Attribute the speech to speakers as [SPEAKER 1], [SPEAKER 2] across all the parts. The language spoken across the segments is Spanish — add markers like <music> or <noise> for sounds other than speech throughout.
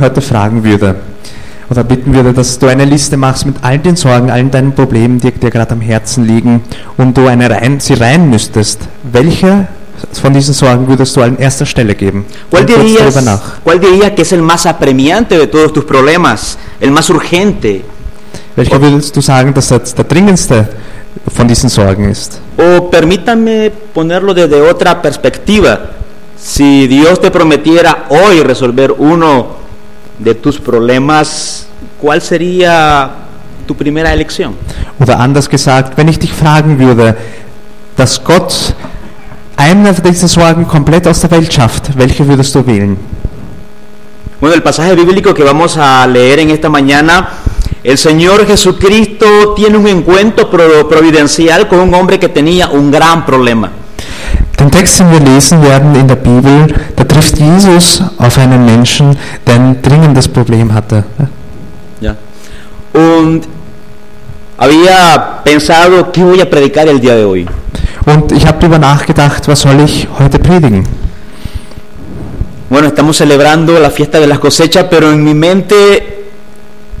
[SPEAKER 1] heute fragen würde oder bitten würde, dass du eine Liste machst mit all den Sorgen, allen deinen Problemen, die dir gerade am Herzen liegen und du eine rein, sie rein müsstest, welche von diesen Sorgen würdest du an erster Stelle geben?
[SPEAKER 2] ¿Cuál
[SPEAKER 1] Und kurz
[SPEAKER 2] dirías,
[SPEAKER 1] darüber nach.
[SPEAKER 2] ¿Cuál dirías que es el más apremiante de todos tus problemas? El más urgente.
[SPEAKER 1] Welcher würdest du sagen, dass das der dringendste von diesen Sorgen ist?
[SPEAKER 2] O permítame ponerlo desde otra perspectiva. Si Dios te prometiera hoy resolver uno de tus problemas, ¿cuál sería tu primera elección?
[SPEAKER 1] Oder anders gesagt, wenn ich dich fragen würde, dass Gott eine dieser Sorgen komplett aus der Welt schafft, welche würdest du wählen?
[SPEAKER 2] Bueno, el pasaje bíblico que vamos a leer en esta mañana, el Señor Jesucristo tiene un encuentro pro- providencial con un hombre que tenía un gran problema.
[SPEAKER 1] Den Text, den wir lesen werden in der Bibel, da trifft Jesus auf einen Menschen, der ein dringendes Problem hatte.
[SPEAKER 2] ¿ya? Und había pensado, ¿qué voy a predicar el día de hoy?
[SPEAKER 1] Und ich habe darüber nachgedacht, was soll ich heute predigen?
[SPEAKER 2] Bueno, estamos celebrando la fiesta de las cosechas, pero en mi mente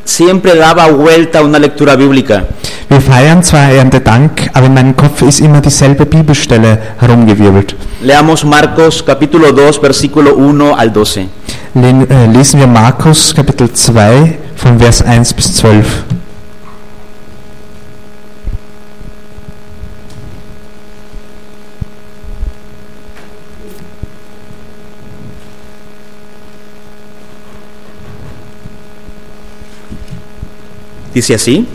[SPEAKER 2] siempre daba vuelta una lectura bíblica.
[SPEAKER 1] Wir feiern zwar Erntedank, aber in meinem Kopf ist immer dieselbe Bibelstelle herumgewirbelt.
[SPEAKER 2] Leamos Marcos capítulo 2, versículo 1 al 12.
[SPEAKER 1] Len- äh, Lesen wir Markus Kapitel 2 von Vers 1 bis 12.
[SPEAKER 2] Dice así,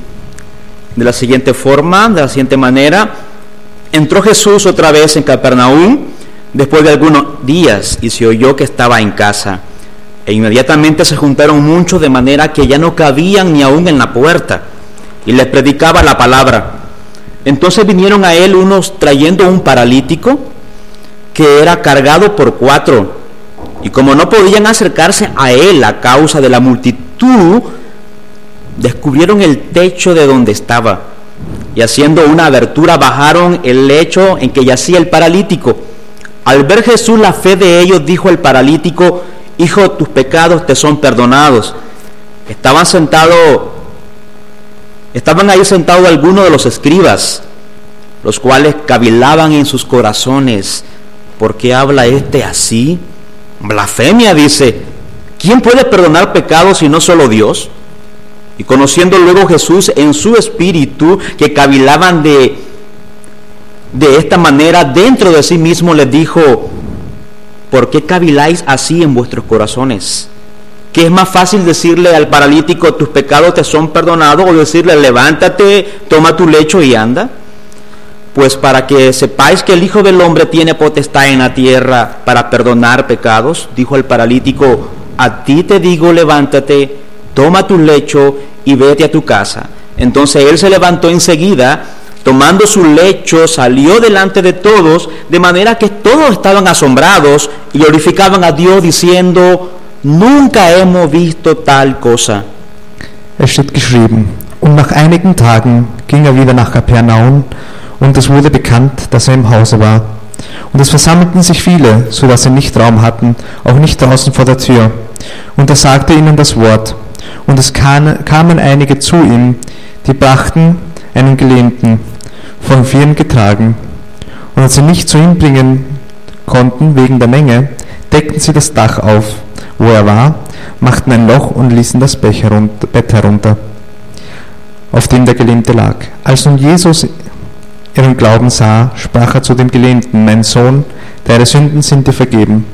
[SPEAKER 2] de la siguiente forma, de la siguiente manera, entró Jesús otra vez en Capernaum después de algunos días y se oyó que estaba en casa. E inmediatamente se juntaron muchos de manera que ya no cabían ni aún en la puerta y les predicaba la palabra. Entonces vinieron a él unos trayendo un paralítico que era cargado por cuatro. Y como no podían acercarse a él a causa de la multitud, descubrieron el techo de donde estaba y haciendo una abertura bajaron el lecho en que yacía el paralítico. Al ver Jesús la fe de ellos, dijo el paralítico, Hijo, tus pecados te son perdonados. Estaban sentados, estaban ahí sentados algunos de los escribas, los cuales cavilaban en sus corazones, ¿por qué habla este así? Blasfemia dice, ¿quién puede perdonar pecados si no solo Dios? Y conociendo luego Jesús en su espíritu que cavilaban de, de esta manera dentro de sí mismo, les dijo, ¿por qué caviláis así en vuestros corazones? ¿Qué es más fácil decirle al paralítico, tus pecados te son perdonados, o decirle, levántate, toma tu lecho y anda? Pues para que sepáis que el Hijo del Hombre tiene potestad en la tierra para perdonar pecados, dijo el paralítico, a ti te digo, levántate, toma tu lecho y vete a tu casa. Entonces él se levantó enseguida, tomando su lecho, salió delante de todos, de manera que todos estaban asombrados y glorificaban a Dios diciendo, nunca hemos visto tal cosa.
[SPEAKER 1] Es steht geschrieben, und nach einigen Tagen ging er wieder nach Kapernaum, und es wurde bekannt, dass er im Hause war. Und es versammelten sich viele, so dass sie nicht Raum hatten, auch nicht draußen vor der Tür. Und er sagte ihnen das Wort. Und es kan- kamen einige zu ihm, die brachten einen Gelähmten, von Vieren getragen. Und als sie nicht zu ihm bringen konnten wegen der Menge, deckten sie das Dach auf, wo er war, machten ein Loch und ließen das Bett herun- Bett herunter, auf dem der Gelähmte lag. Als nun Jesus ihren Glauben sah, sprach er zu dem Gelähmten, mein Sohn, deine Sünden sind dir vergeben.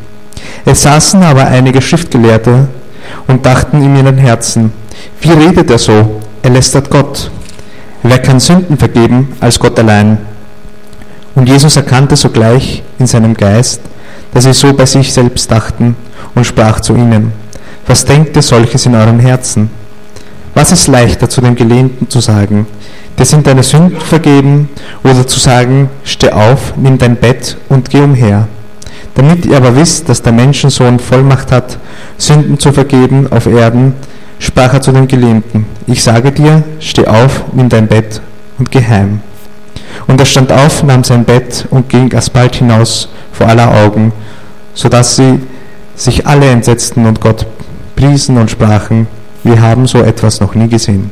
[SPEAKER 1] Es saßen aber einige Schriftgelehrte und dachten in ihren Herzen, wie redet er so? Er lästert Gott. Wer kann Sünden vergeben als Gott allein? Und Jesus erkannte sogleich in seinem Geist, dass sie so bei sich selbst dachten und sprach zu ihnen, was denkt ihr solches in eurem Herzen? Was ist leichter zu dem Gelähmten zu sagen, dir sind deine Sünden vergeben, oder zu sagen, steh auf, nimm dein Bett und geh umher? Damit ihr aber wisst, dass der Menschensohn Vollmacht hat, Sünden zu vergeben auf Erden, sprach er zu dem Gelähmten, ich sage dir, steh auf, nimm dein Bett und geh heim. Und er stand auf, nahm sein Bett und ging alsbald hinaus vor aller Augen, so dass sie sich alle entsetzten und Gott priesen und sprachen, wir haben so etwas noch nie gesehen.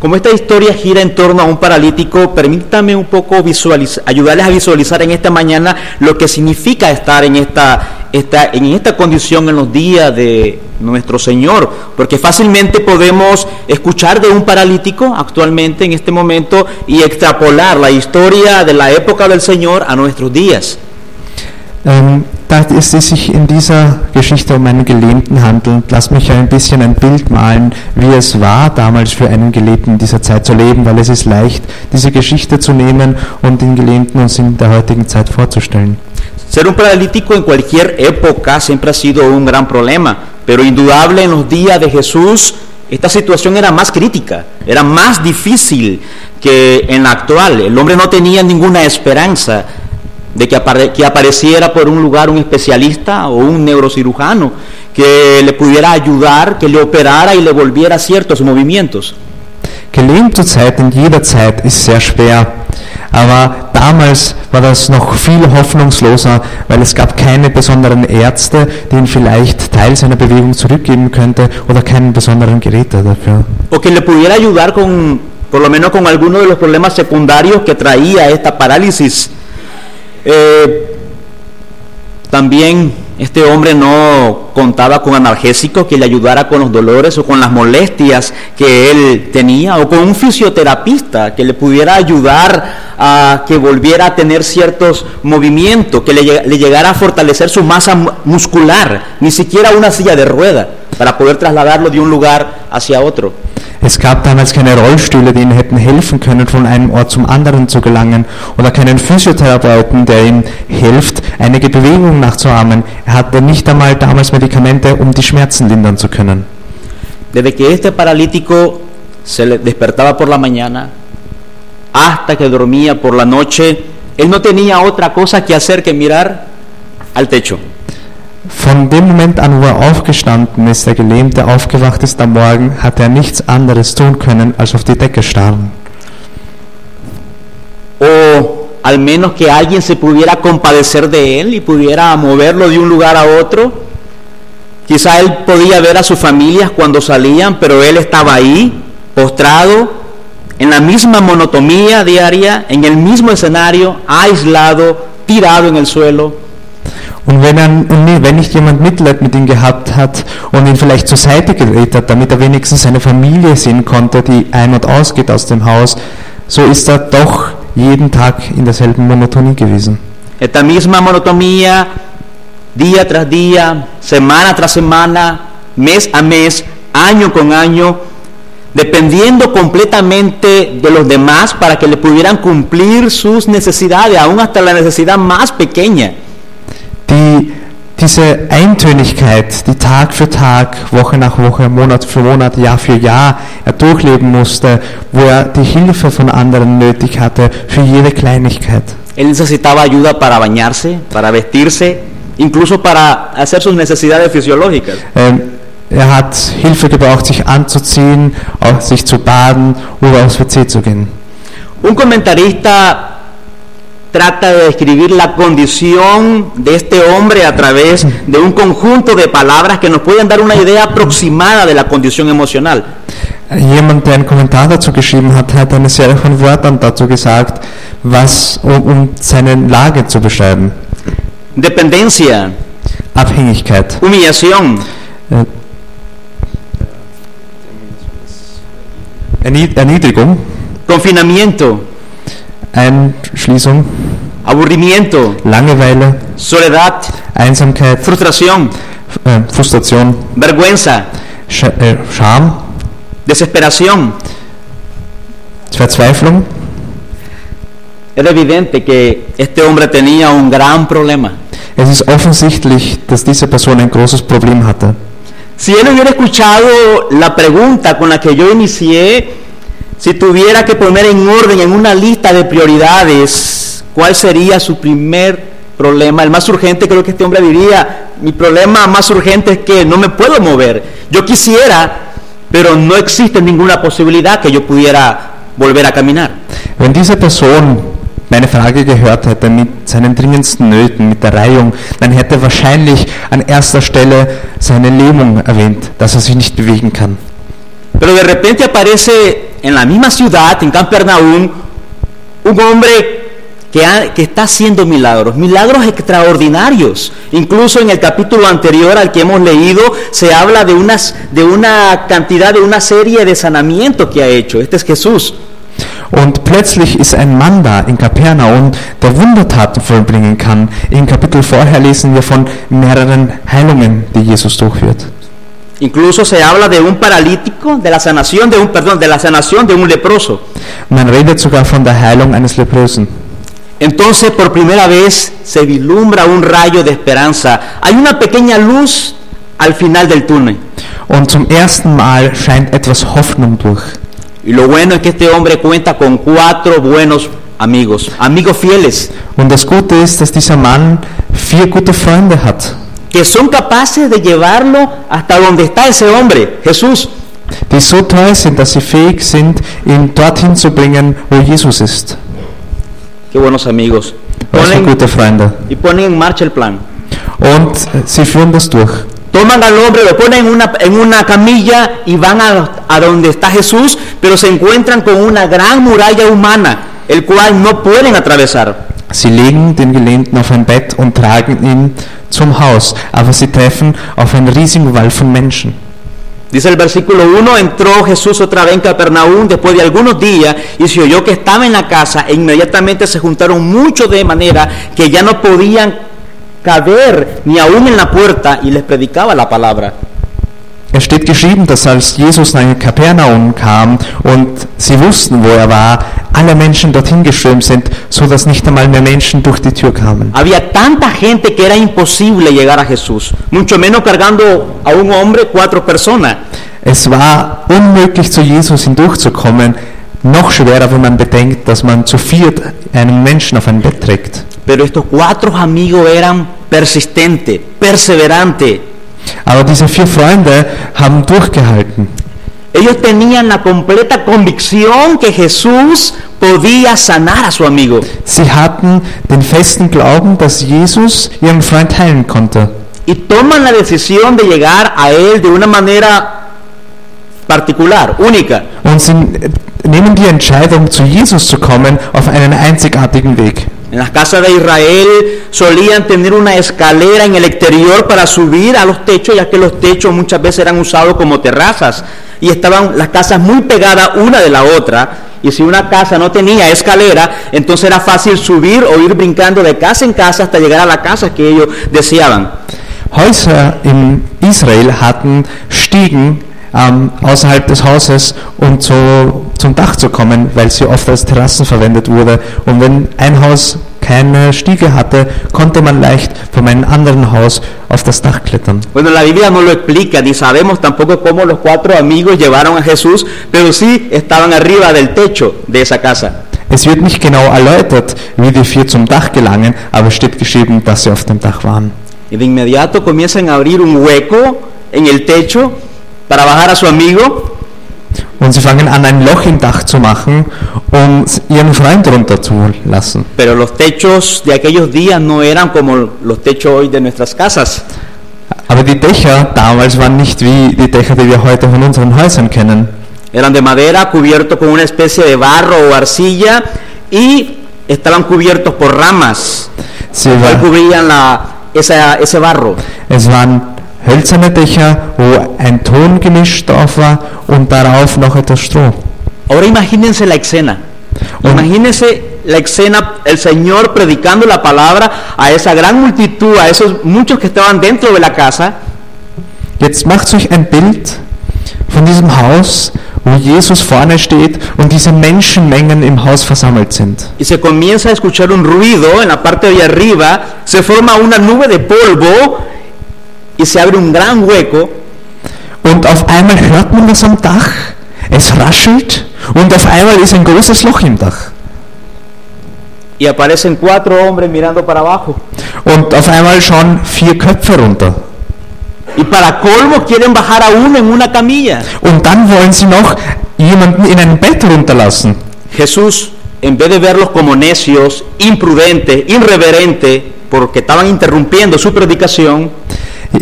[SPEAKER 2] Como esta historia gira en torno a un paralítico, permítame un poco visualiz- ayudarles a visualizar en esta mañana lo que significa estar en esta, esta- en esta condición en los días de nuestro Señor, porque fácilmente podemos escuchar de un paralítico actualmente en este momento y extrapolar la historia de la época del Señor a nuestros días.
[SPEAKER 1] Ähm, da es sich in dieser Geschichte um einen Gelähmten handelt, lass mich ein bisschen ein Bild malen, wie es war, damals für einen Gelähmten in dieser Zeit zu leben, weil es ist leicht, diese Geschichte zu nehmen und den Gelähmten uns in der heutigen Zeit vorzustellen.
[SPEAKER 2] Ser un paralítico en cualquier época siempre ha sido un gran problema, pero indudable en los días de Jesús esta situación era más crítica, era más difícil que en la actual. El hombre no tenía ninguna esperanza de que, apare- que apareciera por un lugar un especialista o un neurocirujano que le pudiera ayudar, que le operara y le volviera ciertos movimientos.
[SPEAKER 1] Gelähmt zu Zeit in jeder Zeit ist sehr schwer, aber damals war das noch viel hoffnungsloser, weil es gab keine besonderen Ärzte, die ihn vielleicht Teil seiner Bewegung zurückgeben könnte oder keinen besonderen Geräte dafür.
[SPEAKER 2] o que le pudiera ayudar con, por lo menos con alguno de los problemas secundarios que traía esta parálisis. Eh, también este hombre no contaba con analgésicos que le ayudara con los dolores o con las molestias que él tenía, o con un fisioterapista que le pudiera ayudar a que volviera a tener ciertos movimientos, que le, lleg- le llegara a fortalecer su masa mu- muscular, ni siquiera una silla de rueda, para poder trasladarlo de un lugar hacia otro.
[SPEAKER 1] Es gab damals keine Rollstühle, die ihnen hätten helfen können, von einem Ort zum anderen zu gelangen, oder keinen Physiotherapeuten, der ihm hilft, einige Bewegungen nachzuahmen. Er hatte nicht einmal damals Medikamente, um die Schmerzen lindern zu können.
[SPEAKER 2] Desde que este paralítico se le despertaba por la mañana hasta que dormía por la noche, él no tenía otra cosa que hacer que mirar al techo.
[SPEAKER 1] Von dem Moment an, wo er aufgestanden ist, der Gelähmte aufgewacht ist am Morgen, hat er nichts anderes tun können, als auf die Decke starren.
[SPEAKER 2] O al menos que alguien se pudiera compadecer de él y pudiera moverlo de un lugar a otro. Quizá él podía ver a sus familias cuando salían, pero él estaba ahí, postrado, en la misma monotomía diaria, en el mismo escenario, aislado, tirado en el suelo,
[SPEAKER 1] Und wenn, er, und nie- wenn nicht jemand Mitleid mit ihm gehabt hat und ihn vielleicht zur Seite gedreht hat, damit er wenigstens seine Familie sehen konnte, die ein- und ausgeht aus dem Haus, so ist er doch jeden Tag in derselben Monotonie gewesen.
[SPEAKER 2] Esta misma monotomía, día tras día, semana tras semana, mes a mes, año con año, dependiendo completamente de los demás para que le pudieran cumplir sus necesidades, aún hasta la necesidad más pequeña.
[SPEAKER 1] Die, diese Eintönigkeit, die Tag für Tag, Woche nach Woche, Monat für Monat, Jahr für Jahr er durchleben musste, wo er die Hilfe von anderen nötig hatte für jede Kleinigkeit.
[SPEAKER 2] Él necesitaba ayuda para bañarse, para vestirse, incluso para hacer sus necesidades fisiológicas.
[SPEAKER 1] Ähm, er hat Hilfe gebraucht, sich anzuziehen, auch sich zu baden oder aufs WC zu gehen.
[SPEAKER 2] Un comentarista trata de describir la condición de este hombre a través de un conjunto de palabras que nos pueden dar una idea aproximada de la condición emocional.
[SPEAKER 1] Jemand, der einen Kommentar dazu geschrieben hat, hat eine Serie von Wörtern dazu gesagt, was, um, um seine Lage zu beschreiben.
[SPEAKER 2] Dependencia,
[SPEAKER 1] Abhängigkeit,
[SPEAKER 2] humillación,
[SPEAKER 1] äh, Erni- Erniedrigung,
[SPEAKER 2] confinamiento,
[SPEAKER 1] Einschließung,
[SPEAKER 2] aburrimiento,
[SPEAKER 1] Langeweile,
[SPEAKER 2] soledad,
[SPEAKER 1] Einsamkeit,
[SPEAKER 2] frustración,
[SPEAKER 1] äh, Frustration,
[SPEAKER 2] vergüenza,
[SPEAKER 1] Sch äh, Scham,
[SPEAKER 2] desesperación.
[SPEAKER 1] Verzweiflung.
[SPEAKER 2] Era evidente que este hombre tenía un gran problema.
[SPEAKER 1] Es ist offensichtlich, dass diese Person ein großes Problem hatte.
[SPEAKER 2] Si él hubiera escuchado la pregunta con la que yo inicié, si tuviera que poner en orden, en una lista de prioridades, ¿cuál sería su primer problema? El más urgente creo que este hombre diría, mi problema más urgente es que no me puedo mover. Yo quisiera, pero no existe ninguna posibilidad que yo pudiera volver a caminar.
[SPEAKER 1] Wenn diese Person meine Frage gehört hätte mit seinen dringendsten Nöten, mit der Reihung, dann hätte er wahrscheinlich an erster Stelle seine Lähmung erwähnt, dass er sich nicht bewegen kann.
[SPEAKER 2] Pero de repente aparece en la misma ciudad, en Capernaum, un hombre que, ha- que está haciendo milagros, milagros extraordinarios. Incluso en el capítulo anterior al que hemos leído se habla de, unas, de una cantidad, de una serie de sanamientos que ha hecho. Este es Jesús.
[SPEAKER 1] Und plötzlich ist ein Mann da in Kapernaum, der Wundertaten vollbringen kann. Im Kapitel vorher lesen wir von mehreren Heilungen, die Jesus durchführt.
[SPEAKER 2] Incluso se habla de un paralítico, de la sanación de un, perdón, de la sanación de un leproso.
[SPEAKER 1] Man redet sogar von der Heilung eines Leprösen.
[SPEAKER 2] Entonces por primera vez se vislumbra un rayo de esperanza. Hay una pequeña luz al final del túnel.
[SPEAKER 1] Und zum ersten Mal scheint etwas Hoffnung durch.
[SPEAKER 2] Y lo bueno es que este hombre cuenta con cuatro buenos amigos, amigos fieles,
[SPEAKER 1] Und das Gute ist, dass dieser Mann vier gute Freunde hat,
[SPEAKER 2] que son capaces de llevarlo hasta donde está ese hombre, Jesús.
[SPEAKER 1] die so treu sind, dass sie fähig sind, ihn dorthin zu bringen, wo Jesus ist.
[SPEAKER 2] Qué buenos amigos.
[SPEAKER 1] Das sind
[SPEAKER 2] Ponen-
[SPEAKER 1] gute Freunde.
[SPEAKER 2] y ponen en marcha el plan.
[SPEAKER 1] Und äh, sie führen das durch.
[SPEAKER 2] Toman al hombre, lo ponen en una, en una camilla y van a, a donde está Jesús, pero se encuentran con una gran muralla humana, el cual no pueden atravesar.
[SPEAKER 1] Sie legen den Gelähmten auf ein Bett und tragen ihn zum Haus, aber sie treffen auf einen riesigen Wall von Menschen.
[SPEAKER 2] Dice el versículo 1, entró Jesús otra vez en Capernaum después de algunos días y se oyó que estaba en la casa e inmediatamente se juntaron muchos de manera que ya no podían caber ni aún en la puerta y les predicaba la palabra.
[SPEAKER 1] Es steht geschrieben, dass als Jesus nach Kapernaum kam und sie wussten, wo er war, alle Menschen dorthin geströmt sind, so dass nicht einmal mehr Menschen durch die Tür kamen.
[SPEAKER 2] Había tanta gente que era imposible llegar a Jesús, mucho menos cargando a un hombre cuatro personas.
[SPEAKER 1] Es war unmöglich, zu Jesus hindurchzukommen. Noch schwerer, wenn man bedenkt, dass man zu viert einen Menschen auf ein Bett trägt.
[SPEAKER 2] Pero estos cuatro amigos eran persistentes, perseverantes.
[SPEAKER 1] Aber diese vier Freunde haben durchgehalten.
[SPEAKER 2] Ellos tenían la completa convicción que Jesús podía sanar a su amigo.
[SPEAKER 1] Sie hatten den festen Glauben, dass Jesus ihren Freund heilen konnte.
[SPEAKER 2] Y toman la decisión de llegar a Él de una manera particular, única.
[SPEAKER 1] Und sie nehmen die Entscheidung, zu Jesus zu kommen, auf einen einzigartigen Weg.
[SPEAKER 2] En las casas de Israel solían tener una escalera en el exterior para subir a los techos, ya que los techos muchas veces eran usados como terrazas. Y estaban las casas muy pegadas una de la otra. Y si una casa no tenía escalera, entonces era fácil subir o ir brincando de casa en casa hasta llegar a la casa que ellos deseaban.
[SPEAKER 1] Häuser in Israel hatten Stiegen ähm, außerhalb des Hauses, um zu, zum Dach zu kommen, weil sie oft als Terrassen verwendet wurde. Und wenn ein Haus keine Stiege hatte, konnte man leicht von einem anderen Haus auf das Dach klettern.
[SPEAKER 2] Bueno, la Biblia no lo explica, ni sabemos tampoco cómo los cuatro amigos llevaron a Jesús, pero sí estaban arriba del techo de esa casa.
[SPEAKER 1] Es wird nicht genau erläutert, wie die vier zum Dach gelangen, aber es steht geschrieben, dass sie auf dem Dach waren.
[SPEAKER 2] Y de inmediato comienzan a abrir un hueco en el techo para bajar a su amigo.
[SPEAKER 1] Und sie fangen an, ein Loch im Dach zu machen, um ihren Freund runterzulassen.
[SPEAKER 2] Pero los techos de aquellos días no eran como los techos hoy de nuestras casas.
[SPEAKER 1] Aber die Dächer damals waren nicht wie die Dächer, die wir heute von unseren Häusern kennen.
[SPEAKER 2] Eran de madera, cubiertos con una especie de barro o arcilla y estaban cubiertos por ramas,
[SPEAKER 1] Sie
[SPEAKER 2] cual
[SPEAKER 1] war,
[SPEAKER 2] cubrían la, esa- ese barro.
[SPEAKER 1] es waren hölzerne Dächer, wo ein Ton gemischt drauf war und darauf noch etwas Stroh.
[SPEAKER 2] Ahora imagínense la escena.
[SPEAKER 1] Ah.
[SPEAKER 2] Imagínense la escena, el Señor predicando la palabra a esa gran multitud, a esos muchos que estaban dentro de la casa.
[SPEAKER 1] Jetzt macht euch ein Bild von diesem Haus, wo Jesus vorne steht und diese Menschenmengen im Haus versammelt sind.
[SPEAKER 2] y se comienza a escuchar un ruido en la parte de arriba, se forma una nube de polvo y se abre un gran hueco
[SPEAKER 1] Und auf einmal hört man das am Dach, es raschelt und auf einmal ist ein großes Loch im Dach.
[SPEAKER 2] y aparecen cuatro hombres mirando para abajo.
[SPEAKER 1] Und auf einmal schauen vier Köpfe runter.
[SPEAKER 2] Y para colmo quieren bajar a uno en una camilla.
[SPEAKER 1] Und dann wollen sie noch jemanden in ein Bett runterlassen.
[SPEAKER 2] Jesús en vez de verlos como necios, imprudentes, irreverentes, porque estaban interrumpiendo su predicación,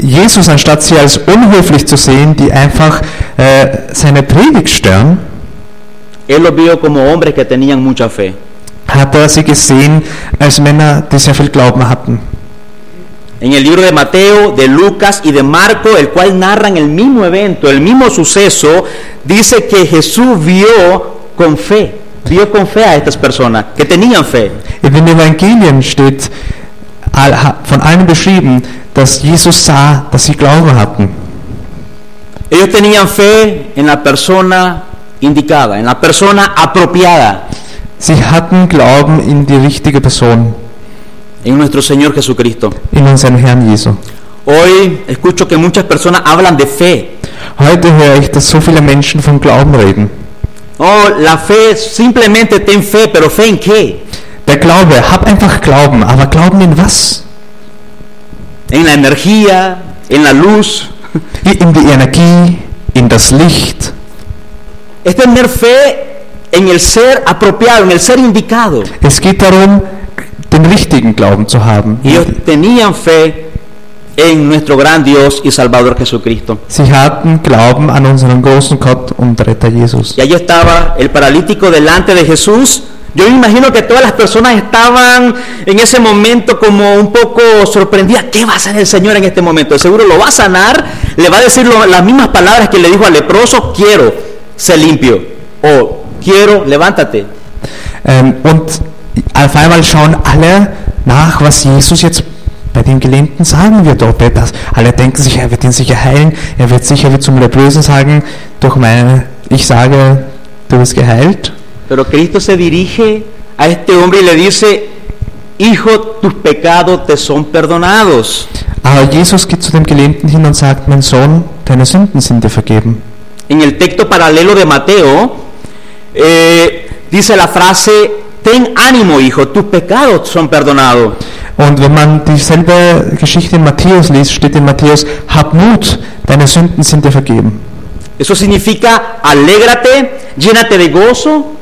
[SPEAKER 1] Jesus, anstatt sie als unhöflich zu sehen, die einfach äh, seine Predigt stören,
[SPEAKER 2] él los vio como hombres que tenían mucha fe.
[SPEAKER 1] hat er sie gesehen als Männer, die sehr viel Glauben hatten.
[SPEAKER 2] En el libro de Mateo, de Lucas y de Marco, el cual narran el mismo evento, el mismo suceso, dice que Jesús vio con fe, vio con fe a estas personas que tenían fe.
[SPEAKER 1] In den Evangelien steht all- ha- von allen beschrieben, dass Jesus sah, dass sie Glauben hatten.
[SPEAKER 2] Ellos tenían fe en la persona indicada, en la persona apropiada,
[SPEAKER 1] Sie hatten Glauben in die richtige Person,
[SPEAKER 2] en nuestro Señor Jesucristo.
[SPEAKER 1] in unseren Herrn Jesu.
[SPEAKER 2] Hoy escucho que muchas personas hablan de fe.
[SPEAKER 1] Heute höre ich, dass so viele Menschen von Glauben reden.
[SPEAKER 2] Oh, la fe, simplemente ten fe, pero fe en qué?
[SPEAKER 1] Der Glaube, hab einfach Glauben, aber Glauben in was?
[SPEAKER 2] En la energía, en la luz.
[SPEAKER 1] In die Energie, in das Licht.
[SPEAKER 2] Es tener fe en el ser apropiado, en el ser indicado.
[SPEAKER 1] Es geht darum, den richtigen Glauben zu haben.
[SPEAKER 2] Ellos tenían fe en nuestro gran Dios y Salvador Jesucristo.
[SPEAKER 1] Sie hatten Glauben an unseren großen Gott und Retter Jesus.
[SPEAKER 2] Y allí estaba el paralítico delante de Jesús. Yo me imagino que todas las personas estaban en ese momento como un poco sorprendidas. ¿Qué va a hacer el Señor en este momento? Seguro lo va a sanar, le va a decir lo- las mismas palabras que le dijo al leproso, quiero, se limpio. O quiero, levántate.
[SPEAKER 1] Ähm, und auf einmal schauen alle nach, was Jesus jetzt bei dem Gelähmten sagen wird. Ob er das, alle denken sich, er wird ihn sicher heilen. Er wird sicher wie zum Leprösen sagen, durch meine, ich sage, du bist geheilt.
[SPEAKER 2] Pero Cristo se dirige a este hombre y le dice, hijo, tus pecados te son perdonados.
[SPEAKER 1] Aber Jesus geht zu dem Gelähmten hin und sagt, mein Sohn, deine Sünden sind dir vergeben.
[SPEAKER 2] En el texto paralelo de Mateo, eh, dice la frase, ten ánimo, hijo, tus pecados son perdonados.
[SPEAKER 1] Und wenn man dieselbe Geschichte in Matthäus liest, steht in Matthäus, hab Mut, deine Sünden sind dir vergeben.
[SPEAKER 2] Eso significa, alégrate, llénate de gozo,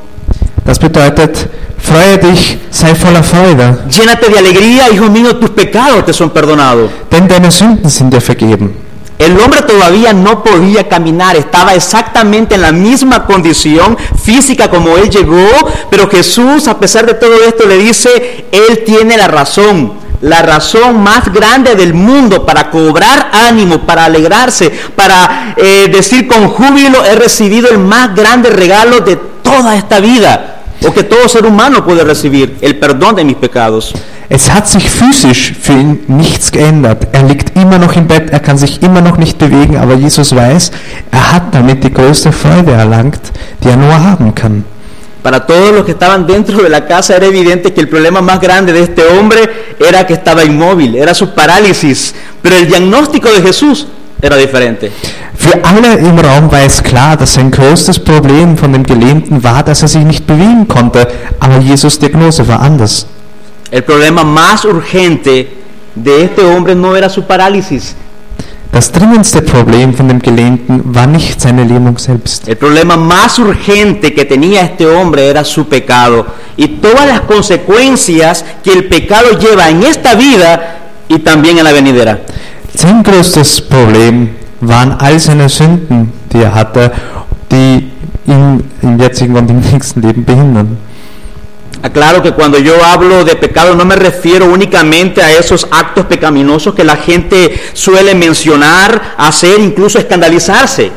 [SPEAKER 1] Das bedeutet, freue dich, sei voller Freude,
[SPEAKER 2] llénate de alegría, hijo mío, tus pecados te son perdonados.
[SPEAKER 1] denn deine Sünden sind dir vergeben.
[SPEAKER 2] El hombre todavía no podía caminar, estaba exactamente en la misma condición física como él llegó, pero Jesús, a pesar de todo esto, le dice, él tiene la razón, la razón más grande del mundo para cobrar ánimo, para alegrarse, para eh, decir con júbilo, he recibido el más grande regalo de toda esta vida, o que todo ser humano puede recibir, el perdón de mis pecados.
[SPEAKER 1] Es hat sich physisch für ihn nichts geändert. Er liegt immer noch im Bett, er kann sich immer noch nicht bewegen, aber Jesus weiß, er hat damit die größte Freude erlangt, die er nur haben kann.
[SPEAKER 2] Para todos los que estaban dentro de la casa era evidente que el problema más grande de este hombre era que estaba inmóvil, era su parálisis. Pero el diagnóstico de Jesús era diferente.
[SPEAKER 1] Für alle im Raum war es klar, dass sein größtes Problem von dem Gelähmten war, dass er sich nicht bewegen konnte, aber Jesus' Diagnose war anders.
[SPEAKER 2] El problema más urgente de este hombre no era su parálisis.
[SPEAKER 1] Das dringendste Problem von dem Gelähmten war nicht seine Lähmung selbst.
[SPEAKER 2] El problema más urgente que tenía este hombre era su pecado. Y todas las consecuencias que el pecado lleva en esta vida y también en la venidera.
[SPEAKER 1] Sein größtes Problem waren all seine Sünden, die er hatte, die ihn im jetzigen und im <laughs> nächsten Leben behindern.
[SPEAKER 2] Aclaro que cuando yo hablo de pecado no me refiero únicamente a esos actos pecaminosos que la gente suele mencionar, hacer, incluso escandalizarse.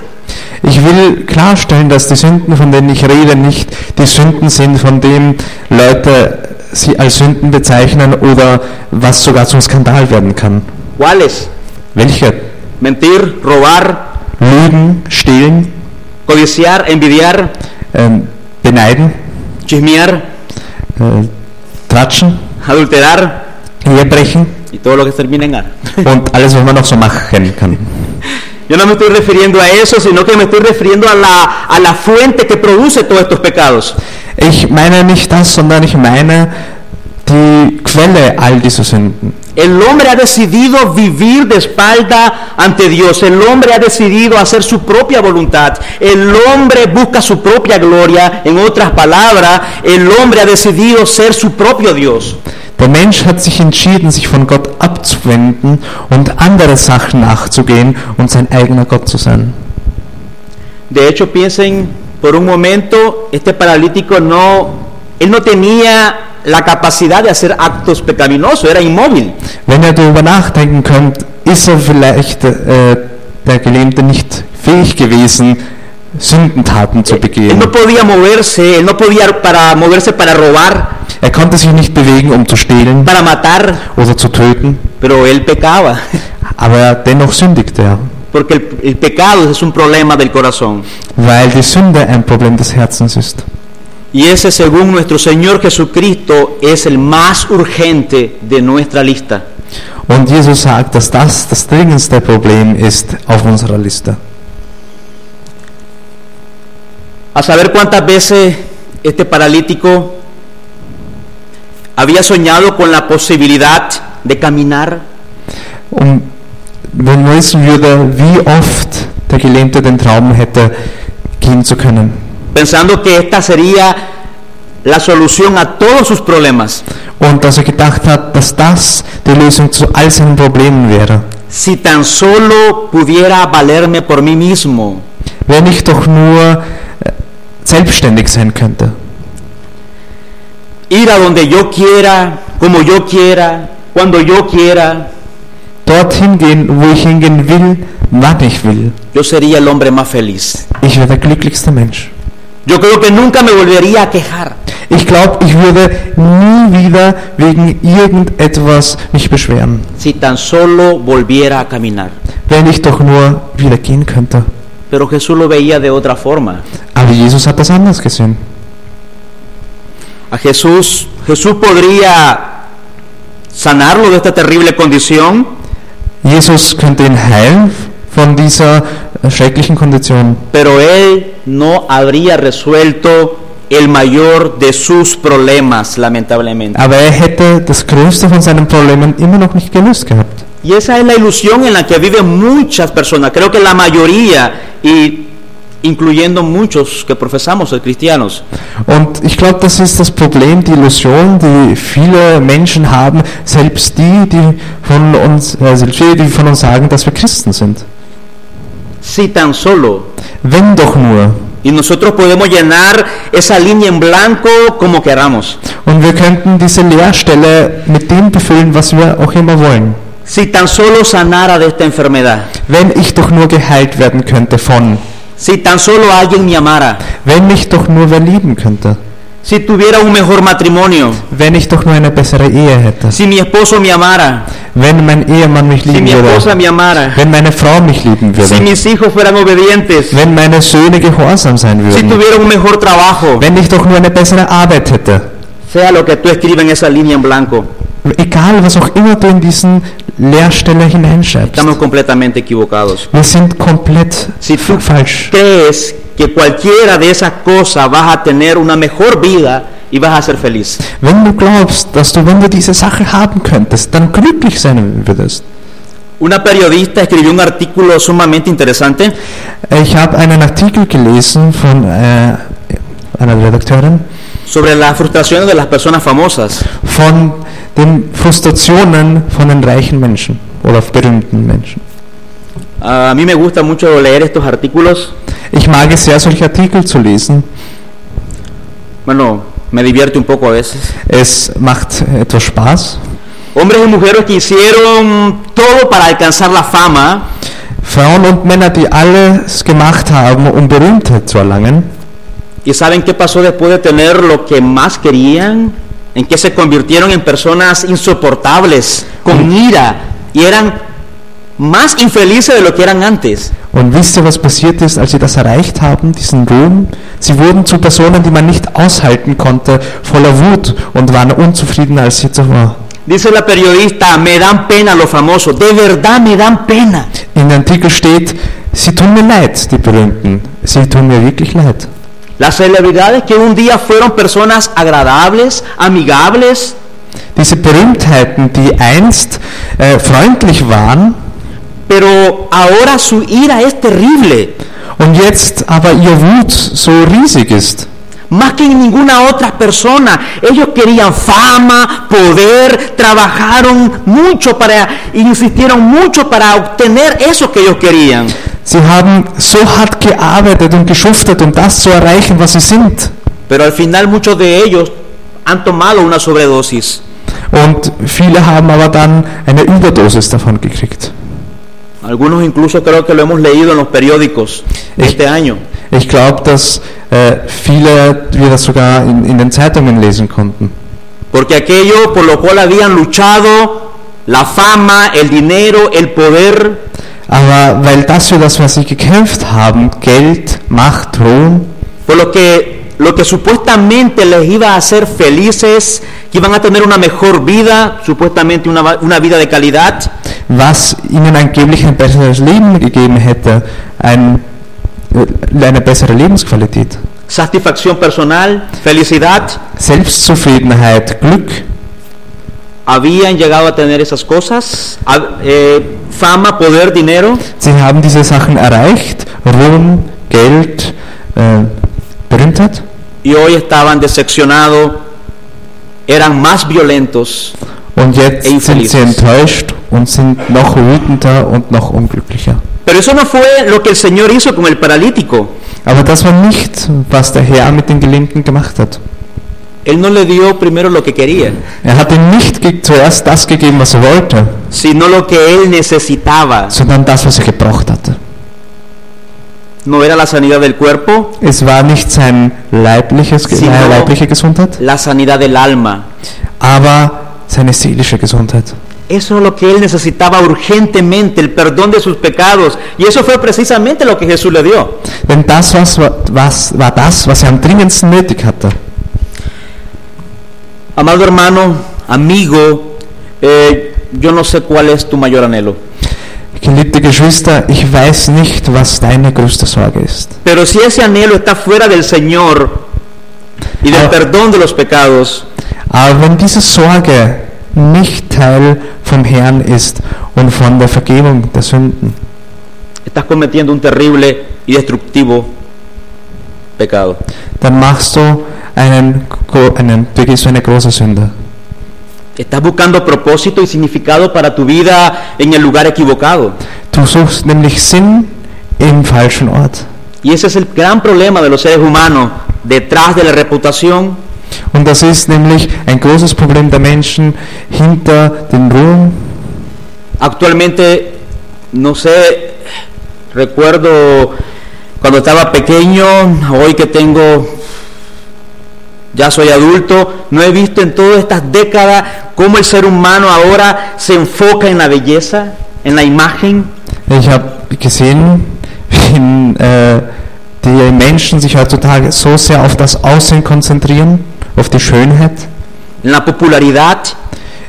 [SPEAKER 1] Ich will klarstellen, dass die Sünden, von denen ich rede, nicht die Sünden sind, von denen Leute sie als Sünden bezeichnen oder was sogar zum Skandal werden kann.
[SPEAKER 2] ¿Cuáles?
[SPEAKER 1] Welche?
[SPEAKER 2] Mentir, robar,
[SPEAKER 1] Lügen, stehlen,
[SPEAKER 2] codiciar, envidiar,
[SPEAKER 1] ähm, beneiden,
[SPEAKER 2] chismear,
[SPEAKER 1] äh, tratschen,
[SPEAKER 2] adulterar
[SPEAKER 1] Ehebrechen
[SPEAKER 2] y todo lo que termina en ar.
[SPEAKER 1] und alles, was man noch so machen kann.
[SPEAKER 2] Yo no me estoy refiriendo a eso, sino que me estoy refiriendo a la, a la fuente que produce todos estos pecados.
[SPEAKER 1] Ich meine nicht das, sondern ich meine die Quelle all dieser Sünden.
[SPEAKER 2] El hombre ha decidido vivir de espalda ante Dios. El hombre ha decidido hacer su propia voluntad. El hombre busca su propia gloria. En otras palabras, el hombre ha decidido ser su propio Dios.
[SPEAKER 1] Der Mensch hat sich entschieden, sich von Gott abzuwenden und andere Sachen nachzugehen und sein eigener Gott zu sein.
[SPEAKER 2] De hecho, piensen por un momento, este paralítico no, él no tenía la capacidad de hacer actos pecaminosos, era inmóvil.
[SPEAKER 1] Wenn ihr darüber nachdenken könnt, ist er vielleicht äh, der Gelähmte nicht fähig gewesen, Sündentaten zu
[SPEAKER 2] Él
[SPEAKER 1] begehen.
[SPEAKER 2] no podía moverse, él no podía para moverse para robar,
[SPEAKER 1] Er konnte sich nicht bewegen, um zu stehlen
[SPEAKER 2] para matar,
[SPEAKER 1] oder zu töten,
[SPEAKER 2] pero él pecaba, <laughs>
[SPEAKER 1] aber dennoch sündigte er,
[SPEAKER 2] porque el, el pecado es un problema del corazón.
[SPEAKER 1] weil die Sünde ein Problem des Herzens ist.
[SPEAKER 2] Y ese, según nuestro Señor Jesucristo, es el más urgente de nuestra lista.
[SPEAKER 1] Und Jesus sagt, dass das das dringendste Problem ist auf unserer Liste.
[SPEAKER 2] A saber cuántas veces este paralítico había soñado con la posibilidad de caminar,
[SPEAKER 1] Und Um, wenn man wissen würde, wie oft der Gelähmte den Traum hätte, gehen zu können.
[SPEAKER 2] pensando que esta sería la solución a todos sus problemas.
[SPEAKER 1] Und dass er gedacht hat, dass das die Lösung zu all seinen Problemen wäre.
[SPEAKER 2] Si tan solo pudiera valerme por mí mismo.
[SPEAKER 1] Wenn ich doch nur äh, selbstständig sein könnte.
[SPEAKER 2] Ir a donde yo quiera, como yo quiera, cuando yo quiera.
[SPEAKER 1] Dorthin gehen, wo ich hingehen will, wann ich will.
[SPEAKER 2] Yo sería el hombre más feliz.
[SPEAKER 1] Ich wäre der glücklichste Mensch.
[SPEAKER 2] Yo creo que nunca me volvería a quejar.
[SPEAKER 1] Ich glaube, ich würde nie wieder wegen irgendetwas mich beschweren,
[SPEAKER 2] Si tan solo volviera a caminar.
[SPEAKER 1] wenn ich doch nur wieder gehen könnte.
[SPEAKER 2] Pero Jesús lo veía de otra forma.
[SPEAKER 1] Aber Jesus hat das anders gesehen.
[SPEAKER 2] A Jesús, Jesús podría sanarlo de esta terrible condición,
[SPEAKER 1] Jesus könnte ihn heilen von dieser äh, schrecklichen Kondition.
[SPEAKER 2] pero él no habría resuelto el mayor de sus problemas, lamentablemente.
[SPEAKER 1] Aber er hätte das größte von seinen Problemen immer noch nicht gelöst gehabt.
[SPEAKER 2] Y esa es la ilusión en la que viven muchas personas, creo que la mayoría, y incluyendo muchos que profesamos ser cristianos.
[SPEAKER 1] Und ich glaube, das ist das Problem, die Illusion, die viele Menschen haben, selbst die, die von uns, äh, selbst viele, die von uns sagen, dass wir Christen sind.
[SPEAKER 2] Si tan solo,
[SPEAKER 1] Wenn doch nur.
[SPEAKER 2] y nosotros podemos llenar esa línea en blanco como queramos.
[SPEAKER 1] Und wir könnten diese Leerstelle mit dem befüllen, was wir auch immer wollen.
[SPEAKER 2] Si tan solo sanara de esta enfermedad,
[SPEAKER 1] Wenn ich doch nur geheilt werden könnte von.
[SPEAKER 2] si tan solo alguien me amara,
[SPEAKER 1] Wenn mich doch nur wer lieben könnte.
[SPEAKER 2] si tuviera un mejor matrimonio,
[SPEAKER 1] Wenn ich doch nur eine bessere Ehe hätte.
[SPEAKER 2] si mi esposo me amara,
[SPEAKER 1] Wenn mein Ehemann mich
[SPEAKER 2] si
[SPEAKER 1] lieben
[SPEAKER 2] mi esposa
[SPEAKER 1] würde.
[SPEAKER 2] me amara,
[SPEAKER 1] Wenn meine Frau mich lieben
[SPEAKER 2] si
[SPEAKER 1] würde.
[SPEAKER 2] mis hijos fueran obedientes,
[SPEAKER 1] Wenn meine Söhne gehorsam sein
[SPEAKER 2] si
[SPEAKER 1] würden.
[SPEAKER 2] tuviera un mejor trabajo,
[SPEAKER 1] Wenn ich doch nur eine bessere Arbeit hätte.
[SPEAKER 2] sea lo que tú escribes en esa línea en blanco,
[SPEAKER 1] Egal, was auch immer du in diesen Leerstelle hineinschreibst.
[SPEAKER 2] estamos completamente equivocados.
[SPEAKER 1] Wir sind komplett
[SPEAKER 2] Si tú
[SPEAKER 1] falsch.
[SPEAKER 2] crees que cualquiera de esas cosas vas a tener una mejor vida y vas a ser feliz.
[SPEAKER 1] Wenn du glaubst, dass du, wenn du diese Sache haben könntest, dann glücklich sein würdest.
[SPEAKER 2] Una periodista escribió un artículo sumamente interesante
[SPEAKER 1] Ich habe einen Artikel gelesen von äh, einer Redakteurin
[SPEAKER 2] sobre las frustraciones de las personas famosas.
[SPEAKER 1] von den Frustrationen von den reichen Menschen oder berühmten Menschen.
[SPEAKER 2] A mí me gusta mucho leer estos artículos.
[SPEAKER 1] Ich mag es sehr, solche Artikel zu lesen.
[SPEAKER 2] Bueno, me divierte un poco a veces.
[SPEAKER 1] Es macht etwas Spaß.
[SPEAKER 2] Hombres y mujeres que hicieron todo para alcanzar la fama,
[SPEAKER 1] Frauen und Männer, die alles gemacht haben, um Berühmtheit zu erlangen.
[SPEAKER 2] ¿Y saben qué pasó después de tener lo que más querían? En que se convirtieron en personas insoportables, con ira, y eran más infelices de lo que eran antes.
[SPEAKER 1] Und wisst ihr, was passiert ist, als sie das erreicht haben, diesen Ruhm? Sie wurden zu Personen, die man nicht aushalten konnte, voller Wut und waren unzufriedener als sie zuvor.
[SPEAKER 2] Dice la periodista, me dan pena los famosos, de verdad me dan pena.
[SPEAKER 1] In dem Artikel steht, sie tun mir leid, die Berühmten. Sie tun mir wirklich leid.
[SPEAKER 2] Las celebridades que un día fueron personas agradables, amigables,
[SPEAKER 1] Diese Berühmtheiten, die einst äh, freundlich waren
[SPEAKER 2] Pero ahora su ira es terrible,
[SPEAKER 1] und jetzt aber ihr Wut so riesig ist.
[SPEAKER 2] más que en ninguna otra persona. Ellos querían fama, poder, trabajaron mucho para, insistieron mucho para obtener eso que ellos querían.
[SPEAKER 1] Sie haben so hart gearbeitet und geschuftet, um das zu erreichen, was sie sind.
[SPEAKER 2] Pero al final muchos de ellos han tomado una sobredosis.
[SPEAKER 1] Und viele haben aber dann eine Überdosis davon gekriegt.
[SPEAKER 2] Algunos incluso creo que lo hemos leído en los periódicos de este año.
[SPEAKER 1] Ich glaube, dass äh, viele wir das sogar in, in den Zeitungen lesen konnten.
[SPEAKER 2] Porque aquello por lo cual habían luchado, la fama, el dinero, el poder,
[SPEAKER 1] Aber weil das für das, was sie gekämpft haben, Geld, Macht, Ruhm,
[SPEAKER 2] por lo que, lo que supuestamente les iba a hacer felices, que iban a tener una mejor vida, supuestamente una, va- una vida de calidad,
[SPEAKER 1] was ihnen angeblich ein besseres Leben gegeben hätte, ein, äh, eine bessere Lebensqualität,
[SPEAKER 2] satisfacción personal, felicidad,
[SPEAKER 1] Selbstzufriedenheit, Glück,
[SPEAKER 2] habían llegado a tener esas cosas, a- eh, fama, poder, dinero,
[SPEAKER 1] Sie haben diese Sachen erreicht, Ruhm, Geld, äh, Berühmtheit.
[SPEAKER 2] y hoy estaban decepcionados, eran más violentos.
[SPEAKER 1] Und jetzt
[SPEAKER 2] Ey,
[SPEAKER 1] sind sie
[SPEAKER 2] verlieren's.
[SPEAKER 1] enttäuscht und sind noch wütender und noch unglücklicher.
[SPEAKER 2] Pero eso no fue lo que el Señor hizo con el paralítico.
[SPEAKER 1] Aber das war nicht, was der Herr mit den Gelähmten gemacht hat.
[SPEAKER 2] Él no le dio primero lo que quería,
[SPEAKER 1] Er hat ihm nicht ge- zuerst das gegeben, was er wollte,
[SPEAKER 2] sino lo que él necesitaba.
[SPEAKER 1] sondern das, was er gebraucht hatte.
[SPEAKER 2] No era la sanidad del cuerpo,
[SPEAKER 1] Es war nicht sein leibliches,
[SPEAKER 2] Sie
[SPEAKER 1] seine
[SPEAKER 2] nur-
[SPEAKER 1] leibliche Gesundheit,
[SPEAKER 2] la sanidad del alma.
[SPEAKER 1] aber seine seelische Gesundheit.
[SPEAKER 2] Eso es lo que él necesitaba urgentemente, el perdón de sus pecados. Y eso fue precisamente lo que Jesús le dio.
[SPEAKER 1] Denn das was, was, war das, was er am dringendsten nötig hatte.
[SPEAKER 2] Amado hermano, amigo, eh, yo no sé cuál es tu mayor anhelo,
[SPEAKER 1] Geliebte Geschwister, ich weiß nicht, was deine größte Sorge ist.
[SPEAKER 2] pero si ese anhelo está fuera del Señor y del
[SPEAKER 1] Ah.
[SPEAKER 2] perdón de los pecados,
[SPEAKER 1] Aber wenn diese Sorge nicht Teil vom Herrn ist und von der Vergebung der Sünden,
[SPEAKER 2] estás cometiendo un terrible y destructivo pecado.
[SPEAKER 1] dann machst du einen, gro- einen, begehst du eine große Sünde.
[SPEAKER 2] Estás buscando propósito y significado para tu vida en el lugar equivocado.
[SPEAKER 1] Du suchst nämlich Sinn im falschen Ort.
[SPEAKER 2] Y ese es el gran problema de los seres humanos. Detrás de la reputación,
[SPEAKER 1] Und das ist nämlich ein großes Problem der Menschen hinter dem Ruhm.
[SPEAKER 2] actualmente, no sé, recuerdo cuando estaba pequeño, hoy que tengo, ya soy adulto, no he visto en todas estas décadas cómo el ser humano ahora se enfoca en la belleza, en la imagen,
[SPEAKER 1] Ich habe gesehen, wie in, äh, die Menschen sich heutzutage so sehr auf das Aussehen konzentrieren, auf die Schönheit,
[SPEAKER 2] en la popularidad,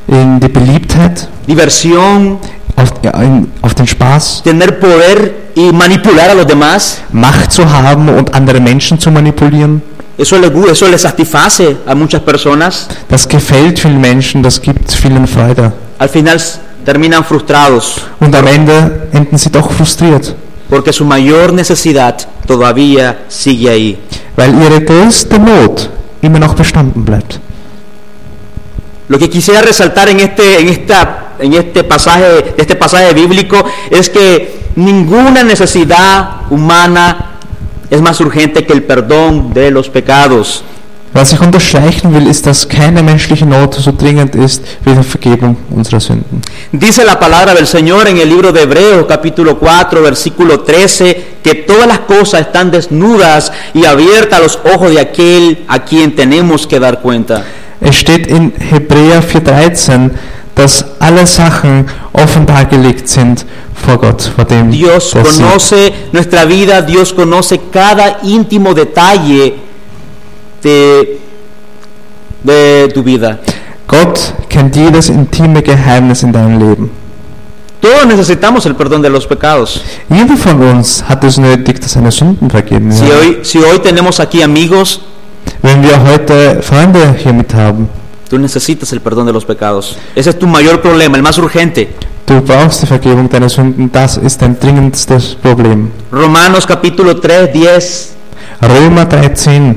[SPEAKER 1] in die Beliebtheit,
[SPEAKER 2] diversión,
[SPEAKER 1] auf, ja, in, auf den Spaß,
[SPEAKER 2] tener poder y manipular a los demás.
[SPEAKER 1] Macht zu haben und andere Menschen zu manipulieren.
[SPEAKER 2] Eso le, gu- eso le satisface a muchas personas.
[SPEAKER 1] Das gefällt vielen Menschen, das gibt vielen Freude.
[SPEAKER 2] Al final s- terminan frustrados
[SPEAKER 1] Und am Ende enden sie doch frustriert,
[SPEAKER 2] porque su mayor necesidad todavía sigue ahí.
[SPEAKER 1] weil ihre größte Not immer noch bestanden bleibt.
[SPEAKER 2] Lo que quisiera resaltar en este, en esta, en este pasaje, de este pasaje bíblico es que ninguna necesidad humana es más urgente que el perdón de los pecados.
[SPEAKER 1] Was ich unterstreichen will, ist, dass keine menschliche Not so dringend ist wie die Vergebung unserer Sünden.
[SPEAKER 2] Dice la palabra del Señor en el libro de Hebreos capítulo 4 versículo 13 que todas las cosas están desnudas y abiertas a los ojos de aquel a quien tenemos que dar cuenta.
[SPEAKER 1] Es steht in Hebräer 4.13, dass alle Sachen offen dargelegt sind vor Gott, vor dem
[SPEAKER 2] Dios
[SPEAKER 1] der sie-
[SPEAKER 2] conoce nuestra vida, Dios conoce cada íntimo detalle de, de tu vida.
[SPEAKER 1] Gott kennt jedes intime Geheimnis in deinem Leben.
[SPEAKER 2] Todos necesitamos el perdón de los pecados.
[SPEAKER 1] Jeder von uns hat es nötig, dass seine Sünden vergeben
[SPEAKER 2] Si
[SPEAKER 1] werden.
[SPEAKER 2] hoy, si hoy tenemos aquí amigos,
[SPEAKER 1] Wenn wir heute Freunde hier mit haben,
[SPEAKER 2] Tú necesitas el perdón de los pecados. Ese es tu mayor problema, el más urgente.
[SPEAKER 1] Du brauchst die Vergebung deiner Sünden, das ist dein dringendstes Problem.
[SPEAKER 2] Romanos capítulo 3, 10.
[SPEAKER 1] Römer 13.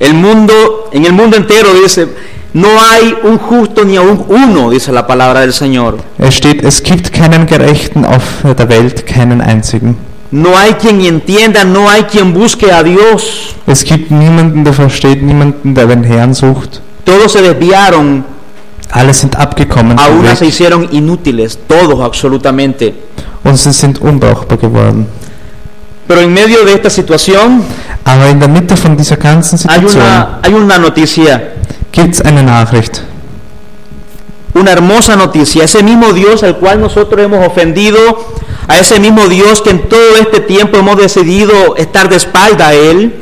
[SPEAKER 2] El mundo, en el mundo entero dice, no hay un justo ni aún uno, dice la palabra del Señor.
[SPEAKER 1] Es steht, es gibt keinen Gerechten auf der Welt, keinen einzigen.
[SPEAKER 2] No hay quien entienda, no hay quien busque a Dios.
[SPEAKER 1] Es gibt niemanden, der versteht, niemanden, der den Herrn sucht.
[SPEAKER 2] Todos se desviaron,
[SPEAKER 1] Alle sind abgekommen
[SPEAKER 2] a
[SPEAKER 1] vom
[SPEAKER 2] una se
[SPEAKER 1] Weg
[SPEAKER 2] hicieron inútiles, todos absolutamente.
[SPEAKER 1] und sie sind unbrauchbar geworden.
[SPEAKER 2] Pero en medio de esta situación
[SPEAKER 1] Aber in der Mitte von dieser ganzen
[SPEAKER 2] hay
[SPEAKER 1] Situation
[SPEAKER 2] una, hay una noticia,
[SPEAKER 1] gibt es eine Nachricht.
[SPEAKER 2] una hermosa noticia. Ese mismo Dios al cual nosotros hemos ofendido, a ese mismo Dios que en todo este tiempo hemos decidido estar de espalda a Él,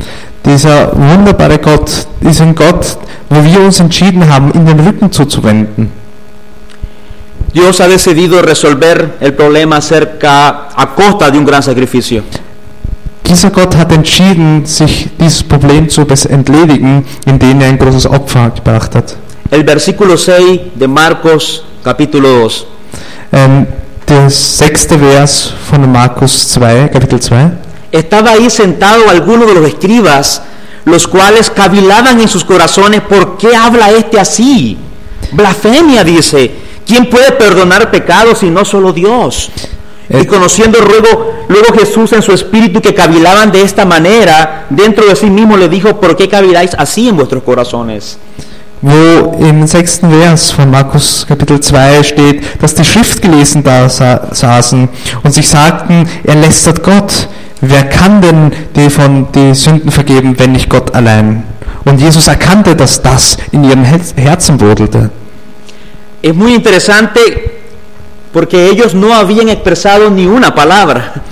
[SPEAKER 1] Dieser wunderbare Gott ist ein Gott, wo wir uns entschieden haben, ihm den Rücken zuzuwenden.
[SPEAKER 2] Dios ha decidido resolver el problema acerca a costa de un gran sacrificio.
[SPEAKER 1] Dieser Gott hat entschieden, sich dieses Problem zu bes- entledigen, indem er ein großes Opfer gebracht hat.
[SPEAKER 2] El versículo 6 de Marcos capítulo 2.
[SPEAKER 1] Ähm, der sechste Vers von Markus 2, Kapitel 2.
[SPEAKER 2] Estaba ahí sentado alguno de los escribas, los cuales cavilaban en sus corazones, ¿por qué habla este así? Blasfemia dice, ¿quién puede perdonar pecados si no solo Dios? Y
[SPEAKER 1] Eh.
[SPEAKER 2] conociendo luego, luego Jesús en su espíritu que cavilaban de esta manera, dentro de sí mismo le dijo, ¿por qué caviláis así en vuestros corazones?
[SPEAKER 1] wo im sechsten Vers von Markus Kapitel 2 steht, dass die Schriftgelesen da sa saßen und sich sagten, er lästert Gott. Wer kann denn die von die Sünden vergeben, wenn nicht Gott allein? Und Jesus erkannte, dass das in ihrem Hel- Herzen brodelte.
[SPEAKER 2] Es muy interesante porque ellos no habían expresado ni una palabra,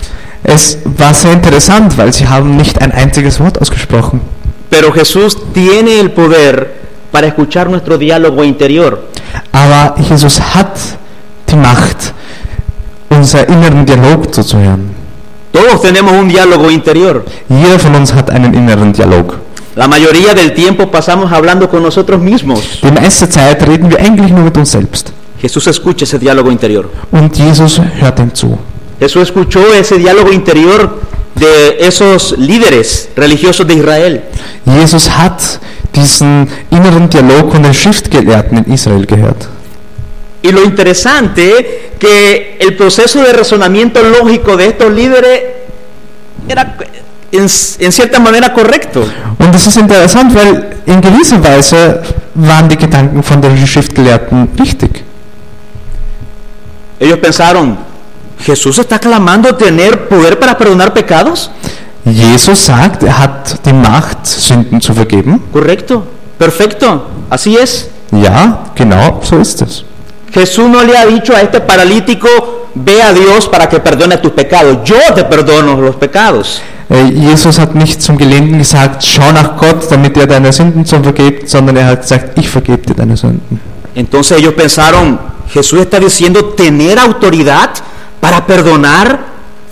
[SPEAKER 1] Es war sehr interessant, weil sie haben nicht ein einziges Wort ausgesprochen.
[SPEAKER 2] pero Jesús tiene el poder para escuchar nuestro diálogo interior.
[SPEAKER 1] Aber Jesus hat die Macht, unseren inneren Dialog zuzuhören.
[SPEAKER 2] Todos tenemos un diálogo interior.
[SPEAKER 1] Jeder von uns hat einen inneren Dialog.
[SPEAKER 2] La mayoría del tiempo pasamos hablando con nosotros mismos.
[SPEAKER 1] Die meiste Zeit reden wir eigentlich nur mit uns selbst.
[SPEAKER 2] Jesús escucha ese diálogo interior.
[SPEAKER 1] Und Jesus hört ihm zu.
[SPEAKER 2] Jesús escuchó ese diálogo interior de esos líderes religiosos de Israel.
[SPEAKER 1] Jesus hat diesen inneren Dialog von den Schriftgelehrten in Israel gehört.
[SPEAKER 2] Y lo interesante que el proceso de razonamiento lógico de estos líderes era en, en cierta manera correcto.
[SPEAKER 1] Und das ist interessant, weil in gewisser Weise waren die Gedanken von den Schriftgelehrten richtig.
[SPEAKER 2] Ellos pensaron, ¿Jesús está clamando tener poder para perdonar pecados?
[SPEAKER 1] Jesus sagt, er hat die Macht, Sünden zu vergeben.
[SPEAKER 2] Correcto, perfecto, así es.
[SPEAKER 1] Ja, genau, so ist es.
[SPEAKER 2] Jesús no le ha dicho a este paralítico, ve a Dios para que perdone tus pecados. Yo te perdono los pecados.
[SPEAKER 1] Äh, Jesus hat nicht zum Gelähmten gesagt, schau nach Gott, damit er deine Sünden zum vergebt, sondern er hat gesagt, ich vergebe dir deine Sünden.
[SPEAKER 2] Entonces ellos pensaron, Jesús está diciendo tener autoridad para perdonar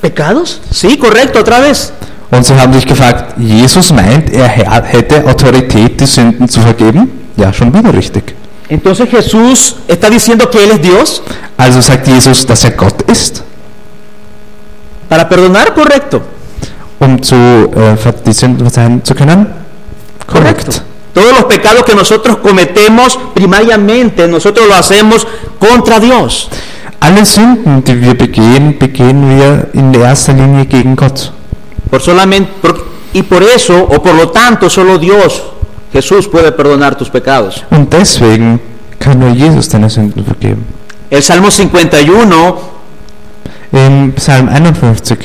[SPEAKER 2] pecados. Sí, correcto, otra vez.
[SPEAKER 1] Und sie haben sich gefragt, Jesus meint, er hä- hätte Autorität, die Sünden zu vergeben? Ja, schon wieder richtig.
[SPEAKER 2] Entonces Jesús está diciendo que Él es Dios
[SPEAKER 1] Also sagt Jesus, dass er Gott ist,
[SPEAKER 2] para perdonar, correcto.
[SPEAKER 1] um zu, äh, ver- die Sünden verzeihen zu können? Korrekt.
[SPEAKER 2] Todos los pecados que nosotros cometemos primariamente, nosotros lo hacemos contra Dios.
[SPEAKER 1] Alle Sünden, die wir begehen, begehen wir in erster Linie gegen Gott.
[SPEAKER 2] Por solamente, por- y por eso, o por lo tanto, solo Dios, Jesús, puede perdonar tus pecados.
[SPEAKER 1] Und deswegen kann nur Jesus deine Sünden vergeben.
[SPEAKER 2] El Salmo 51,
[SPEAKER 1] Im Psalm 51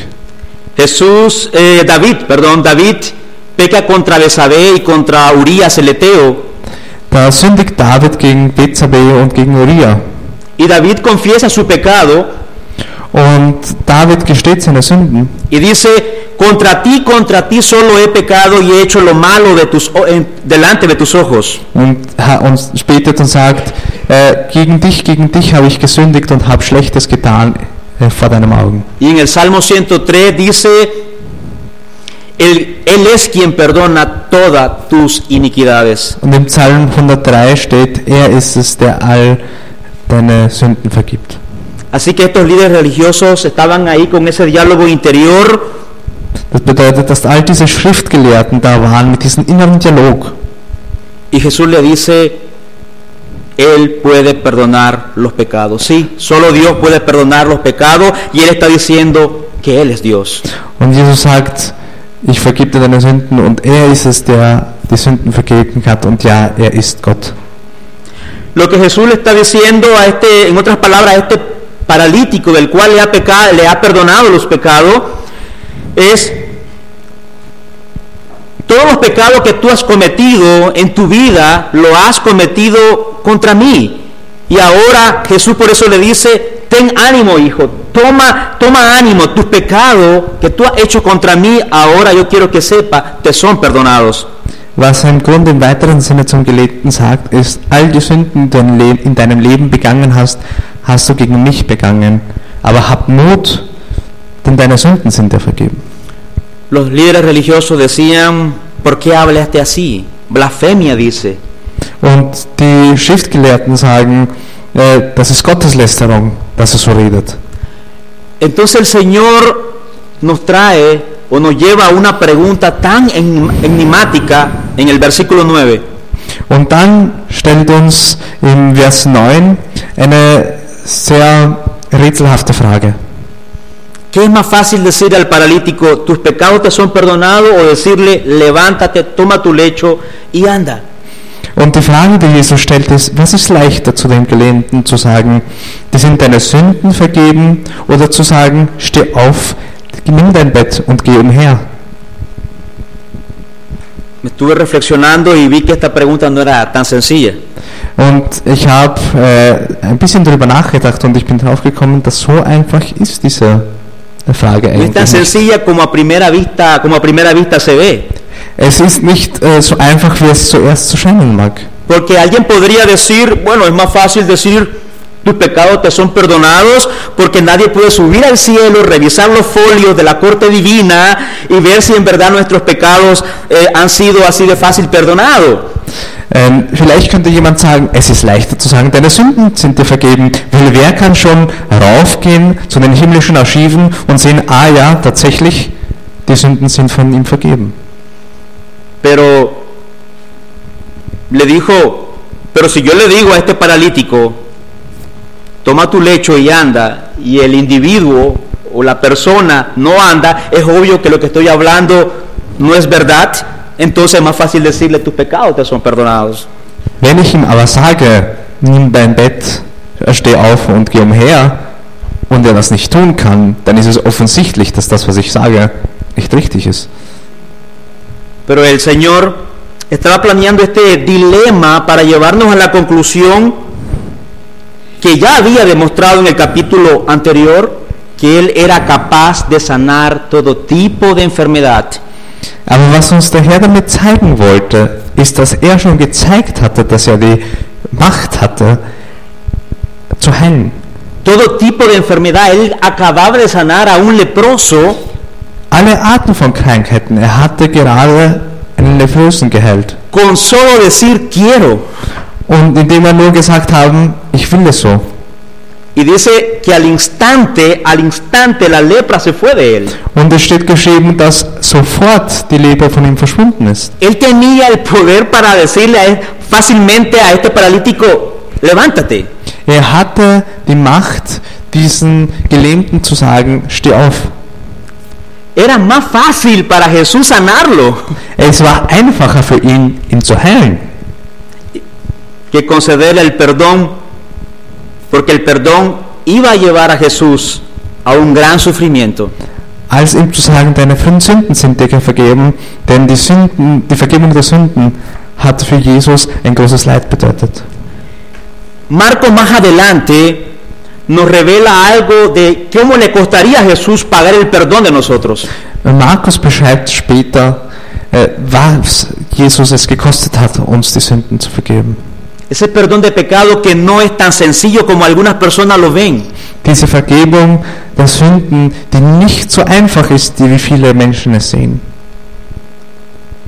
[SPEAKER 2] Jesús, eh, David, perdón, David peca contra Besabé y contra Urías el Eteo.
[SPEAKER 1] Da sündigt David gegen Bethsabe und gegen Uriah.
[SPEAKER 2] Y David confiesa su pecado
[SPEAKER 1] Und David gesteht seine Sünden.
[SPEAKER 2] y dice, contra ti, contra ti solo he pecado y he hecho lo malo de tus, o- en- delante de tus ojos.
[SPEAKER 1] und ha- uns spätet und sagt, äh, gegen dich, gegen dich habe ich gesündigt und habe Schlechtes getan äh, vor deinen Augen.
[SPEAKER 2] Y en el Salmo 103 dice, Él, Él es quien perdona todas tus iniquidades.
[SPEAKER 1] Und im Psalm 103 steht, er ist es, der all deine Sünden vergibt.
[SPEAKER 2] Así que estos líderes religiosos estaban ahí con ese diálogo interior
[SPEAKER 1] Das bedeutet, dass all diese Schriftgelehrten da waren mit diesem inneren Dialog.
[SPEAKER 2] y Jesús le dice, Él puede perdonar los pecados. Sí, solo Dios puede perdonar los pecados y Él está diciendo que Él es Dios.
[SPEAKER 1] Und Jesus sagt, ich vergib dir deine Sünden und er ist es, der die Sünden vergeben hat und ja, er ist Gott.
[SPEAKER 2] Lo que Jesús le está diciendo a este, en otras palabras, a este paralítico del cual le ha, peca- le ha perdonado los pecados, es todos los pecados que tú has cometido en tu vida, lo has cometido contra mí. Y ahora Jesús por eso le dice, ten ánimo hijo, toma, toma ánimo, tus pecados que tú has hecho contra mí, ahora yo quiero que sepa, te son perdonados.
[SPEAKER 1] Was er im Grunde im weiteren Sinne zum Gelebten sagt, ist, all die Sünden, die du in Le- in deinem Leben begangen hast, hast du gegen mich begangen. Aber hab Mut, denn deine Sünden sind dir vergeben.
[SPEAKER 2] Los líderes religiosos decían, ¿por qué hablaste así? Blasfemia dice.
[SPEAKER 1] Und die Schriftgelehrten sagen, äh, das ist Gotteslästerung, dass er so redet.
[SPEAKER 2] Entonces el Señor nos trae o nos lleva a una pregunta tan en- enigmática en el versículo 9.
[SPEAKER 1] Und dann stellt uns im Vers 9 eine sehr rätselhafte Frage.
[SPEAKER 2] ¿Qué es más fácil decir al paralítico, tus pecados te son perdonados o decirle, levántate, toma tu lecho y anda?
[SPEAKER 1] Und die Frage, die Jesus stellt, ist, was ist leichter zu dem Gelähmten zu sagen, die sind deine Sünden vergeben, oder zu sagen, steh auf, nimm dein Bett und geh umher.
[SPEAKER 2] Me estuve reflexionando y vi que esta pregunta no era tan sencilla.
[SPEAKER 1] Und ich habe äh, ein bisschen darüber nachgedacht und ich bin draufgekommen, dass so einfach ist diese Frage
[SPEAKER 2] No es tan
[SPEAKER 1] eigentlich. nicht.
[SPEAKER 2] sencilla como a primera vista, como a primera vista se ve.
[SPEAKER 1] Es ist nicht äh, so einfach, wie es zuerst zu scheinen mag.
[SPEAKER 2] Porque alguien podría decir, bueno, es más fácil decir, tus pecados te son perdonados, porque nadie puede subir al cielo, revisar los folios de la corte divina y ver si en verdad nuestros pecados eh, han sido así de fácil perdonados.
[SPEAKER 1] Ähm, vielleicht könnte jemand sagen, es ist leichter zu sagen, deine Sünden sind dir vergeben, weil wer kann schon raufgehen zu den himmlischen Archiven und sehen, ah ja, tatsächlich, die Sünden sind von ihm vergeben.
[SPEAKER 2] Pero le dijo, pero si yo le digo a este paralítico, toma tu lecho y anda, y el individuo o la persona no anda, es obvio que lo que estoy hablando no es verdad, entonces es más fácil decirle tus pecados te son perdonados.
[SPEAKER 1] Wenn ich ihm aber sage, nimm dein Bett, äh, steh auf und geh umher, und er das nicht tun kann, dann ist es offensichtlich, dass das, was ich sage, nicht richtig ist.
[SPEAKER 2] Pero el Señor estaba planeando este dilema para llevarnos a la conclusión que ya había demostrado en el capítulo anterior que Él era capaz de sanar todo tipo de enfermedad.
[SPEAKER 1] Aber was uns der Herr damit zeigen wollte, ist, dass er schon gezeigt hatte, dass er die Macht hatte, zu heilen.
[SPEAKER 2] Todo tipo de enfermedad. Él acababa de sanar a un leproso
[SPEAKER 1] Alle Arten von Krankheiten. Er hatte gerade einen Leprösen geheilt.
[SPEAKER 2] con solo decir quiero.
[SPEAKER 1] Und indem wir nur gesagt haben, ich will es so.
[SPEAKER 2] Y dice que al instante, al instante la lepra se fue de él.
[SPEAKER 1] Und es steht geschrieben, dass sofort die Leber von ihm verschwunden ist.
[SPEAKER 2] Él tenía el poder para decirle a- fácilmente a este paralítico, levántate.
[SPEAKER 1] Er hatte die Macht, diesen Gelähmten zu sagen, steh auf.
[SPEAKER 2] Era más fácil para Jesús sanarlo
[SPEAKER 1] Es war einfacher für ihn, ihn zu heilen.
[SPEAKER 2] que concederle el perdón, porque el perdón iba a llevar a Jesús a un gran sufrimiento.
[SPEAKER 1] als ihm zu sagen, deine fünf Sünden sind dir vergeben, denn die Sünden, die Vergebung der Sünden hat für Jesus ein großes Leid bedeutet.
[SPEAKER 2] Marcos más adelante nos revela algo de cómo le costaría a Jesús pagar el perdón de nosotros.
[SPEAKER 1] Markus beschreibt später, äh, was Jesus es gekostet hat, uns die Sünden zu vergeben.
[SPEAKER 2] Ese perdón de pecado que no es tan sencillo como algunas personas lo ven.
[SPEAKER 1] Diese Vergebung der Sünden, die nicht so einfach ist, die wie viele Menschen es sehen.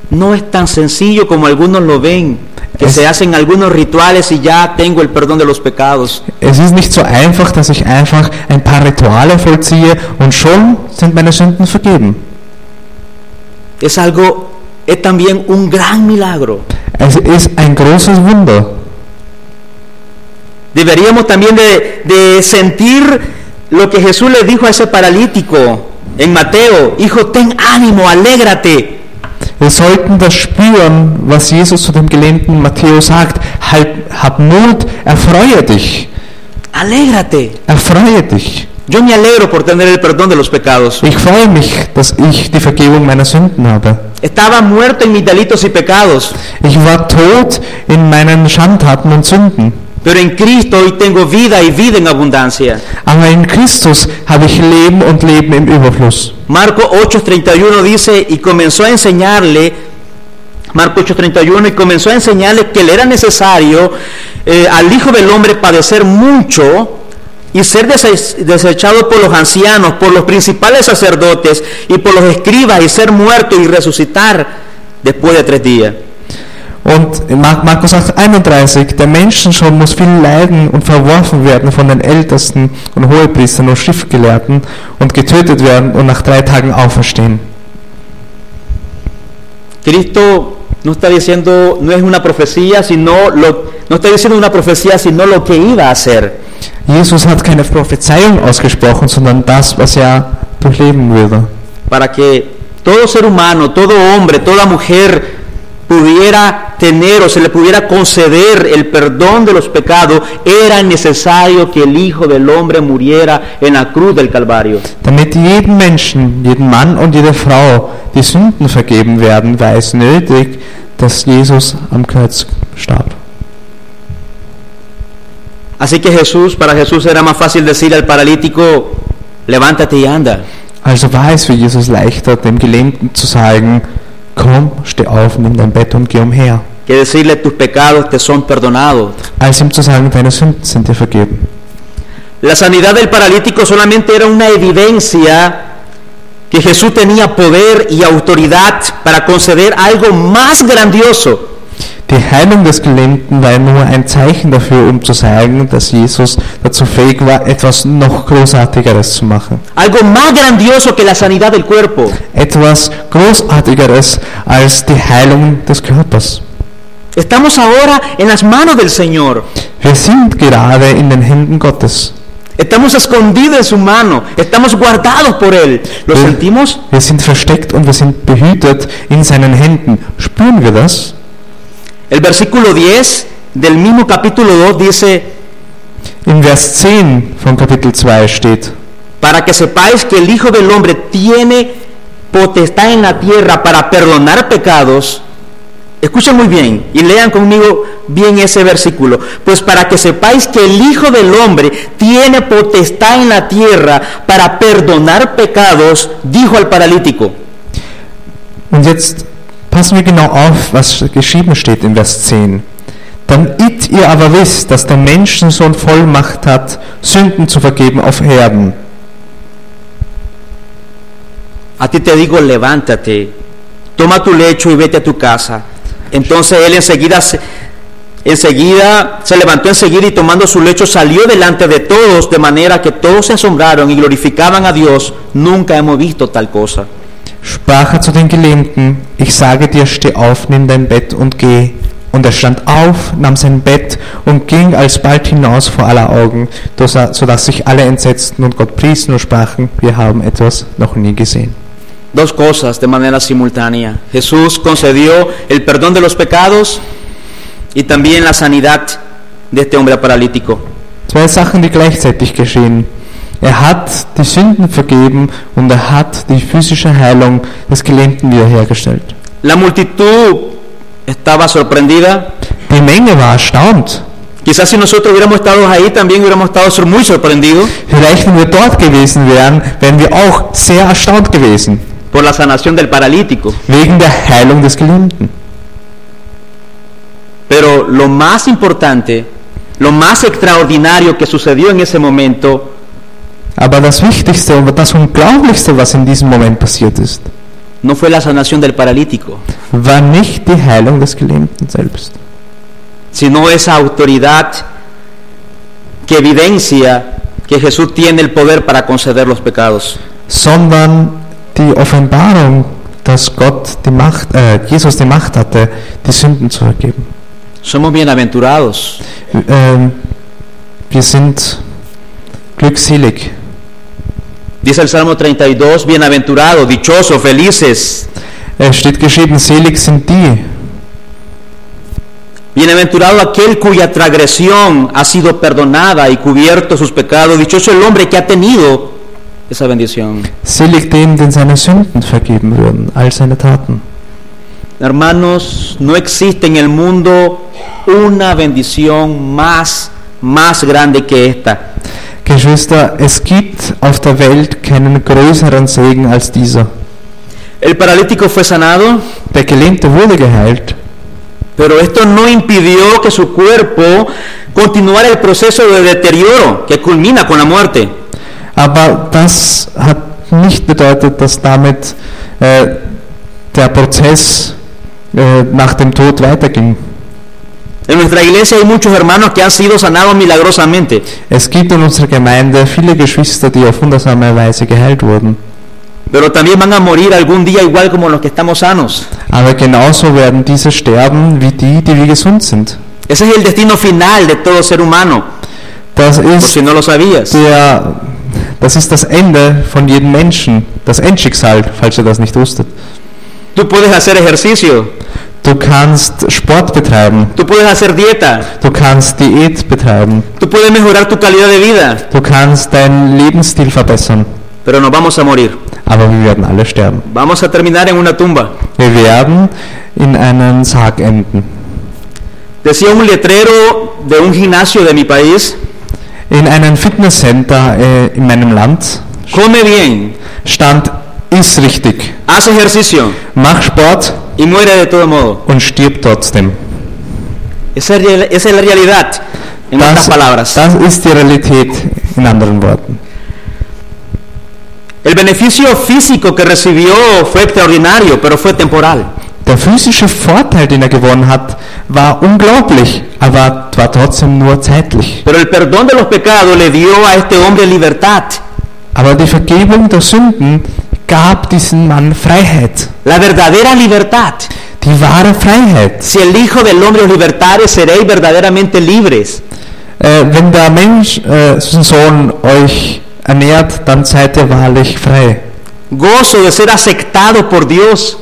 [SPEAKER 2] No es tan sencillo como algunos lo ven, que
[SPEAKER 1] Es-
[SPEAKER 2] se hacen algunos rituales y ya tengo el perdón de los pecados.
[SPEAKER 1] Es ist nicht so einfach, dass ich einfach ein paar Rituale vollziehe und schon sind meine Sünden vergeben.
[SPEAKER 2] Es algo, es también un gran milagro.
[SPEAKER 1] Es ist ein großes Wunder.
[SPEAKER 2] Deberíamos también de, de sentir lo que Jesús le dijo a ese paralítico en Mateo, hijo, ten ánimo, alégrate.
[SPEAKER 1] Wir sollten das spüren, was Jesus zu dem gelähmten Matthäus sagt. Halt, hab Mut, erfreue dich,
[SPEAKER 2] Alégrate.
[SPEAKER 1] erfreue dich.
[SPEAKER 2] Yo me alegro por tener el perdón de los pecados.
[SPEAKER 1] Ich freue mich, dass ich die Vergebung meiner Sünden habe.
[SPEAKER 2] Estaba muerto en mis delitos y pecados,
[SPEAKER 1] Ich war tot in meinen Schandtaten und Sünden.
[SPEAKER 2] pero en Cristo hoy tengo vida y vida en abundancia.
[SPEAKER 1] Aber in Christus habe ich Leben und Leben im Überfluss.
[SPEAKER 2] Marco 8:31 dice, y comenzó a enseñarle, Marco 8:31, y comenzó a enseñarle que le era necesario eh, al Hijo del Hombre padecer mucho y ser dese- desechado por los ancianos, por los principales sacerdotes y por los escribas, y ser muerto y resucitar después de tres días.
[SPEAKER 1] Und in Mar- Markus 8, 31, der Menschensohn muss viel leiden und verworfen werden von den Ältesten und Hohepriestern und Schriftgelehrten und getötet werden und nach drei Tagen auferstehen.
[SPEAKER 2] Cristo no está diciendo, no es una profecía, sino lo, no está diciendo una profecía, sino lo que iba a hacer.
[SPEAKER 1] Jesus hat keine Prophezeiung ausgesprochen, sondern das, was er durchleben würde.
[SPEAKER 2] para que todo ser humano, todo hombre, toda mujer pudiera tener o se le pudiera conceder el perdón de los pecados, era necesario que el Hijo del Hombre muriera en la cruz del Calvario.
[SPEAKER 1] Damit jedem Menschen, jedem Mann und jeder Frau die Sünden vergeben werden, war es nötig, dass Jesus am Kreuz starb.
[SPEAKER 2] Así que Jesús, para Jesús era más fácil decir al paralítico, levántate y anda.
[SPEAKER 1] Also war es für Jesus leichter, dem Gelähmten zu sagen, komm, steh auf, nimm dein Bett und geh umher,
[SPEAKER 2] Que decirle tus pecados te son perdonados.
[SPEAKER 1] als ihm zu sagen, deine Sünden sind dir vergeben.
[SPEAKER 2] La sanidad del paralítico solamente era una evidencia que Jesús tenía poder y autoridad para conceder algo más grandioso.
[SPEAKER 1] Die Heilung des Gelähmten war nur ein Zeichen dafür, um zu zeigen, dass Jesus dazu fähig war, etwas noch Großartigeres zu machen.
[SPEAKER 2] Algo más grandioso que la sanidad del cuerpo.
[SPEAKER 1] Etwas Großartigeres als die Heilung des Körpers.
[SPEAKER 2] Estamos ahora en las manos del Señor.
[SPEAKER 1] Wir sind gerade in den Händen Gottes.
[SPEAKER 2] Estamos escondidos en su mano. Estamos guardados por Él. ¿Lo
[SPEAKER 1] Sí.
[SPEAKER 2] sentimos?
[SPEAKER 1] Wir sind versteckt und wir sind behütet in seinen Händen. Spüren wir das?
[SPEAKER 2] El versículo 10 del mismo capítulo 2 dice,
[SPEAKER 1] Im Vers 10 von Kapitel 2 steht,
[SPEAKER 2] para que sepáis que el Hijo del Hombre tiene potestad en la tierra para perdonar pecados. Escuchen muy bien y lean conmigo bien ese versículo. Pues para que sepáis que el Hijo del Hombre tiene potestad en la tierra para perdonar pecados, dijo al paralítico.
[SPEAKER 1] und jetzt passen wir genau auf, was geschrieben steht im Vers 10. Damit ihr aber wisst, dass der Menschensohn Vollmacht hat, Sünden zu vergeben auf Erden.
[SPEAKER 2] A ti te digo, levántate, toma tu lecho y vete a tu casa. Entonces él enseguida se, enseguida se levantó enseguida y tomando su lecho salió delante de todos, de manera que todos se asombraron y glorificaban a Dios. Nunca hemos visto tal cosa.
[SPEAKER 1] Sprach er zu den Gelähmten, ich sage dir, steh auf, nimm dein Bett und geh. Und er stand auf, nahm sein Bett und ging alsbald hinaus vor aller Augen, dass er- sodass sich alle entsetzten und Gott priesen und sprachen, wir haben etwas noch nie gesehen.
[SPEAKER 2] Dos cosas de manera simultánea. Jesús concedió el perdón de los pecados y también la sanidad de este hombre paralítico.
[SPEAKER 1] Zwei Sachen, die gleichzeitig geschehen. Er hat die Sünden vergeben und er hat die physische Heilung des Gelähmten wiederhergestellt.
[SPEAKER 2] La multitud estaba sorprendida
[SPEAKER 1] Die Menge war erstaunt.
[SPEAKER 2] Quizás si nosotros hubiéramos estado ahí también hubiéramos estado sor- muy sorprendidos
[SPEAKER 1] Vielleicht, wenn wir dort gewesen wären, wären wir auch sehr erstaunt gewesen.
[SPEAKER 2] por la sanación del paralítico.
[SPEAKER 1] Wegen der Heilung des Gelähmten.
[SPEAKER 2] Pero lo más importante, lo más extraordinario que sucedió en ese momento
[SPEAKER 1] Aber das Wichtigste und das Unglaublichste, was in diesem Moment passiert ist,
[SPEAKER 2] No fue la sanación del paralítico,
[SPEAKER 1] war nicht die Heilung des Gelähmten selbst,
[SPEAKER 2] sino esa autoridad que evidencia que Jesús tiene el poder para conceder los pecados.
[SPEAKER 1] sondern die Offenbarung, dass Gott die Macht, äh, Jesus die Macht hatte, die Sünden zu vergeben.
[SPEAKER 2] Somos bienaventurados
[SPEAKER 1] Ähm, wir sind glückselig.
[SPEAKER 2] Dice el Salmo 32, bienaventurados, dichosos, felices.
[SPEAKER 1] Es steht geschrieben, selig sind die.
[SPEAKER 2] Bienaventurado aquel cuya transgresión ha sido perdonada y cubierto sus pecados. Dichoso el hombre que ha tenido esa bendición.
[SPEAKER 1] Selig dem, den seine Sünden vergeben würden, all seine Taten.
[SPEAKER 2] Hermanos, no existe en el mundo una bendición más, más grande que esta.
[SPEAKER 1] Geschwister, es gibt auf der Welt keinen größeren Segen als dieser.
[SPEAKER 2] El paralítico fue sanado,
[SPEAKER 1] Der Gelähmte wurde geheilt,
[SPEAKER 2] pero esto no impidió que su cuerpo continuara el proceso de deterioro que culmina con la muerte.
[SPEAKER 1] aber das hat nicht bedeutet, dass damit äh, der Prozess äh, nach dem Tod weiterging.
[SPEAKER 2] En nuestra iglesia hay muchos hermanos que han sido sanados milagrosamente,
[SPEAKER 1] Es gibt in unserer Gemeinde viele Geschwister, die auf wundersame Weise geheilt wurden.
[SPEAKER 2] pero también van a morir algún día igual como los que estamos sanos.
[SPEAKER 1] Aber genauso werden diese sterben wie die, die wir gesund sind.
[SPEAKER 2] Ese es el destino final de todo ser humano,
[SPEAKER 1] Das
[SPEAKER 2] por si
[SPEAKER 1] ist,
[SPEAKER 2] no lo sabías.
[SPEAKER 1] der, das, ist das Ende von jedem Menschen, das Endschicksal, falls ihr das nicht wusstet.
[SPEAKER 2] Tú puedes hacer ejercicio,
[SPEAKER 1] Du kannst Sport betreiben,
[SPEAKER 2] tú puedes hacer dieta,
[SPEAKER 1] du kannst Diät betreiben,
[SPEAKER 2] tú puedes mejorar tu calidad de vida,
[SPEAKER 1] du kannst deinen Lebensstil verbessern,
[SPEAKER 2] pero nos vamos a morir.
[SPEAKER 1] aber wir werden alle sterben.
[SPEAKER 2] Vamos a terminar en una tumba.
[SPEAKER 1] Wir werden in einen Sarg enden.
[SPEAKER 2] Decía un letrero de un gimnasio de mi país,
[SPEAKER 1] In einem Fitnesscenter äh, in meinem Land
[SPEAKER 2] come bien,
[SPEAKER 1] stand, ist richtig,
[SPEAKER 2] haz ejercicio
[SPEAKER 1] mach Sport
[SPEAKER 2] y muere de todo modo.
[SPEAKER 1] und stirb trotzdem.
[SPEAKER 2] Esa es real- esa es la realidad, en otras
[SPEAKER 1] Das,
[SPEAKER 2] palabras.
[SPEAKER 1] das ist die Realität in anderen Worten.
[SPEAKER 2] El beneficio físico que recibió fue extraordinario, pero fue temporal.
[SPEAKER 1] Der physische Vorteil, den er gewonnen hat, war unglaublich, aber war trotzdem nur zeitlich.
[SPEAKER 2] Pero el perdón de los pecados le dio a este hombre libertad.
[SPEAKER 1] Aber die Vergebung der Sünden gab diesem Mann Freiheit,
[SPEAKER 2] La verdadera libertad.
[SPEAKER 1] die wahre Freiheit.
[SPEAKER 2] Si el Hijo del Hombre os libertare, seréis verdaderamente libres.
[SPEAKER 1] Äh, wenn der Mensch, äh, sein Sohn, euch ernährt, dann seid ihr wahrlich frei.
[SPEAKER 2] Gozo de ser aceptado por Dios.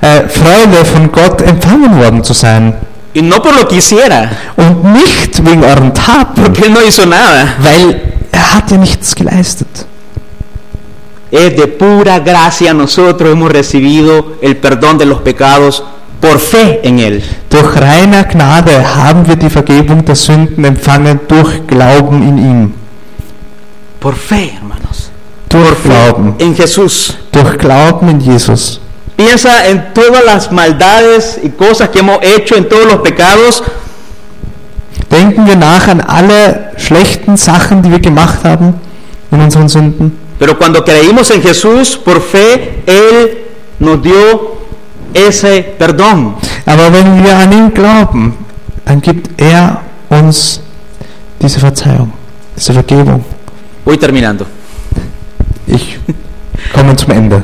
[SPEAKER 1] Äh, Freude von Gott empfangen worden zu sein
[SPEAKER 2] Y no por lo que hiciera,
[SPEAKER 1] und nicht wegen euren Taten,
[SPEAKER 2] porque Él no hizo nada.
[SPEAKER 1] weil er hat ja nichts geleistet.
[SPEAKER 2] Es de pura gracia nosotros hemos recibido el perdón de los pecados por fe en Él.
[SPEAKER 1] Durch reiner Gnade haben wir die Vergebung der Sünden empfangen durch Glauben in ihm.
[SPEAKER 2] Por fe, hermanos.
[SPEAKER 1] Durch Glauben.
[SPEAKER 2] En Jesús.
[SPEAKER 1] Durch Glauben in Jesus.
[SPEAKER 2] Piensa en todas las maldades y cosas que hemos hecho, en todos los pecados,
[SPEAKER 1] Denken wir nach an alle schlechten Sachen, die wir gemacht haben in unseren Sünden.
[SPEAKER 2] pero cuando creímos en Jesús por fe, Él nos dio ese perdón.
[SPEAKER 1] Aber wenn wir an ihn glauben, dann gibt er uns diese Verzeihung, diese Vergebung.
[SPEAKER 2] Voy terminando.
[SPEAKER 1] Ich komme zum Ende.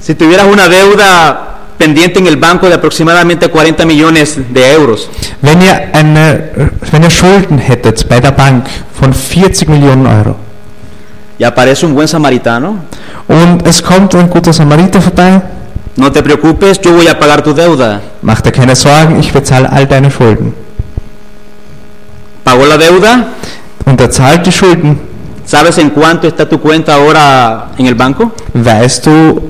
[SPEAKER 2] Si tuvieras una deuda pendiente en el banco de aproximadamente 40 millones de euros,
[SPEAKER 1] Wenn ihr, eine, wenn ihr Schulden hättet bei der Bank von 40 Millionen Euro
[SPEAKER 2] y aparece un buen samaritano,
[SPEAKER 1] und es kommt ein guter Samariter vorbei,
[SPEAKER 2] no te preocupes, yo voy a pagar tu deuda.
[SPEAKER 1] mach dir keine Sorgen, ich bezahle all deine Schulden.
[SPEAKER 2] Pagó la deuda,
[SPEAKER 1] Und er zahlt die Schulden.
[SPEAKER 2] ¿sabes en cuánto está tu cuenta ahora en el banco?
[SPEAKER 1] Weißt du,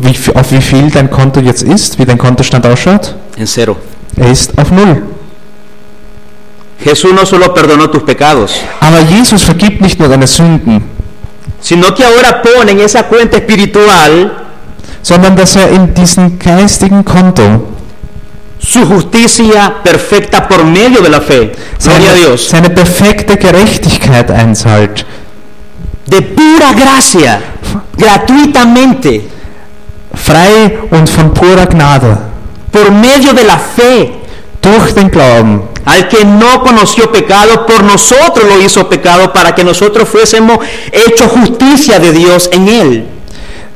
[SPEAKER 1] wie, viel- auf wie viel dein Konto jetzt ist, wie dein Kontostand ausschaut?
[SPEAKER 2] En cero.
[SPEAKER 1] Er ist auf Null.
[SPEAKER 2] Jesús no solo perdonó tus pecados,
[SPEAKER 1] Aber Jesus vergibt nicht nur deine Sünden,
[SPEAKER 2] sino que ahora pone en esa cuenta espiritual
[SPEAKER 1] sondern dass er in diesem geistigen Konto
[SPEAKER 2] su justicia perfecta por medio de la fe. Gloria
[SPEAKER 1] seine,
[SPEAKER 2] a Dios.
[SPEAKER 1] seine perfekte Gerechtigkeit einzahlt.
[SPEAKER 2] De pura gracia, gratuitamente.
[SPEAKER 1] frei und von purer Gnade,
[SPEAKER 2] por medio de la fe.
[SPEAKER 1] durch den Glauben,
[SPEAKER 2] Al que no conoció pecado, por nosotros lo hizo pecado para que nosotros fuésemos hechos justicia de Dios en él.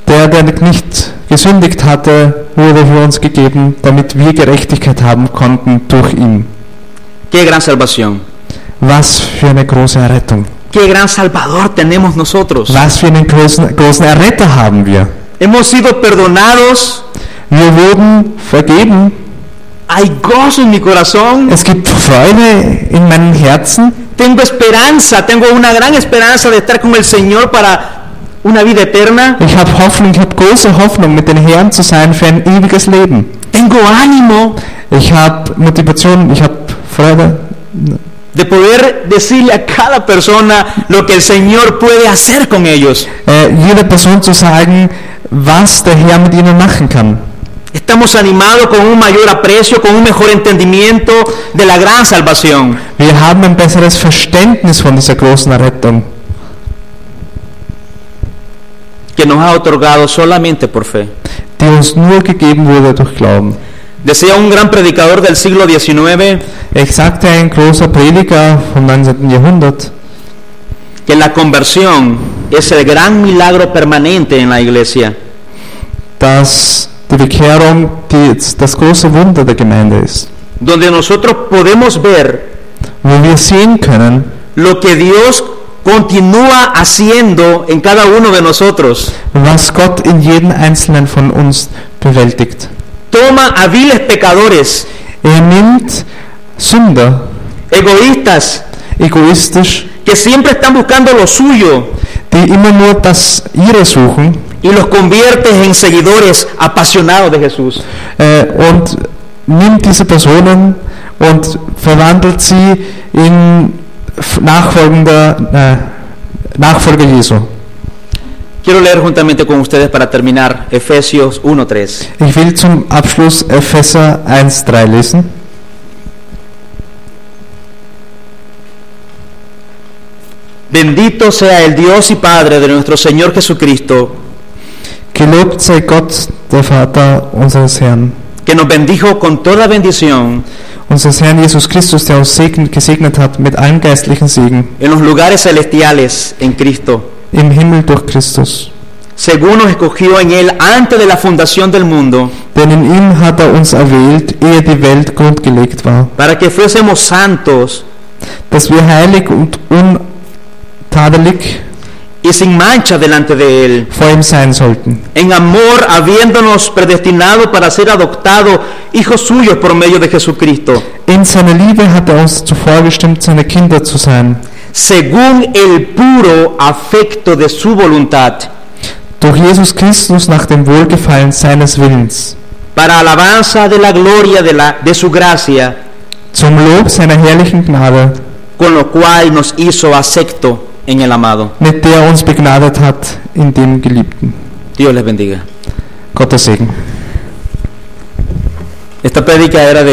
[SPEAKER 1] der, der nicht gesündigt hatte, wurde für uns gegeben, damit wir Gerechtigkeit haben konnten durch ihn.
[SPEAKER 2] Qué gran salvación.
[SPEAKER 1] Was für eine große Errettung.
[SPEAKER 2] Qué gran salvador tenemos nosotros.
[SPEAKER 1] Was für einen großen, großen Erretter haben wir.
[SPEAKER 2] Hemos sido perdonados.
[SPEAKER 1] Wir wurden vergeben.
[SPEAKER 2] Hay gozo en mi corazón.
[SPEAKER 1] Es gibt Freude in meinem Herzen.
[SPEAKER 2] Tengo esperanza. Tengo una gran esperanza de estar con el Señor para una vida eterna.
[SPEAKER 1] Ich habe Hoffnung, ich habe große Hoffnung, mit den Herren zu sein für ein ewiges Leben.
[SPEAKER 2] Tengo ánimo
[SPEAKER 1] Ich habe Motivation, ich habe Freude,
[SPEAKER 2] de poder decirle a cada persona lo que el Señor puede hacer con ellos.
[SPEAKER 1] äh, jeder Person zu sagen, was der Herr mit ihnen machen kann.
[SPEAKER 2] Estamos animados con un mayor aprecio, con un mejor entendimiento de la gran salvación.
[SPEAKER 1] Wir haben ein besseres Verständnis von dieser großen Errettung,
[SPEAKER 2] que nos ha otorgado solamente por fe.
[SPEAKER 1] die uns nur gegeben wurde durch Glauben.
[SPEAKER 2] Decía un gran predicador del siglo XIX
[SPEAKER 1] Ich sagte ein großer Prediger vom 19. Jahrhundert,
[SPEAKER 2] que la conversión es el gran milagro permanente en la iglesia.
[SPEAKER 1] dass die Bekehrung die, das große Wunder der Gemeinde ist,
[SPEAKER 2] donde nosotros podemos ver
[SPEAKER 1] wo wir sehen können,
[SPEAKER 2] lo que Dios continúa haciendo en cada uno de nosotros.
[SPEAKER 1] was Gott in jedem Einzelnen von uns bewältigt.
[SPEAKER 2] Toma a viles pecadores,
[SPEAKER 1] Er nimmt Sünder,
[SPEAKER 2] egoístas,
[SPEAKER 1] egoistisch,
[SPEAKER 2] que siempre están buscando lo suyo
[SPEAKER 1] die immer nur das ihre suchen
[SPEAKER 2] y los convierte en seguidores apasionados de Jesús.
[SPEAKER 1] äh, und nimmt diese Personen und verwandelt sie in f- nachfolgender äh, Nachfolger Jesu.
[SPEAKER 2] Quiero leer juntamente con ustedes para terminar Efesios 1.3.
[SPEAKER 1] Ich will zum Abschluss Epheser 1,3 lesen.
[SPEAKER 2] Bendito sea el Dios y Padre de nuestro Señor Jesucristo,
[SPEAKER 1] Gelobt sei Gott, der Vater unseres Herrn,
[SPEAKER 2] que nos bendijo con toda bendición
[SPEAKER 1] unseres Herrn Jesus Christus, der uns segnet, gesegnet hat mit allen geistlichen Segen
[SPEAKER 2] en los lugares celestiales en Cristo,
[SPEAKER 1] im Himmel durch Christus.
[SPEAKER 2] según nos escogió en Él antes de la fundación del mundo,
[SPEAKER 1] Denn in ihm hat er uns erwählt, ehe die Welt grundgelegt war,
[SPEAKER 2] para que fuésemos santos
[SPEAKER 1] dass wir heilig und untadelig
[SPEAKER 2] y sin mancha delante de Él,
[SPEAKER 1] vor ihm sein sollten,
[SPEAKER 2] en amor habiéndonos predestinado para ser adoptados hijos suyos por medio de Jesucristo,
[SPEAKER 1] In seiner Liebe hat er uns zuvor bestimmt, seine Kinder zu sein,
[SPEAKER 2] según el puro afecto de su voluntad.
[SPEAKER 1] durch Jesus Christus nach dem Wohlgefallen seines Willens,
[SPEAKER 2] para alabanza de la gloria de, la, de su gracia,
[SPEAKER 1] zum Lob seiner herrlichen Gnade,
[SPEAKER 2] con lo cual nos hizo acepto en el amado.
[SPEAKER 1] mit der er uns begnadet hat in dem Geliebten.
[SPEAKER 2] Dios les bendiga.
[SPEAKER 1] Gottes Segen.
[SPEAKER 2] Esta prédica era de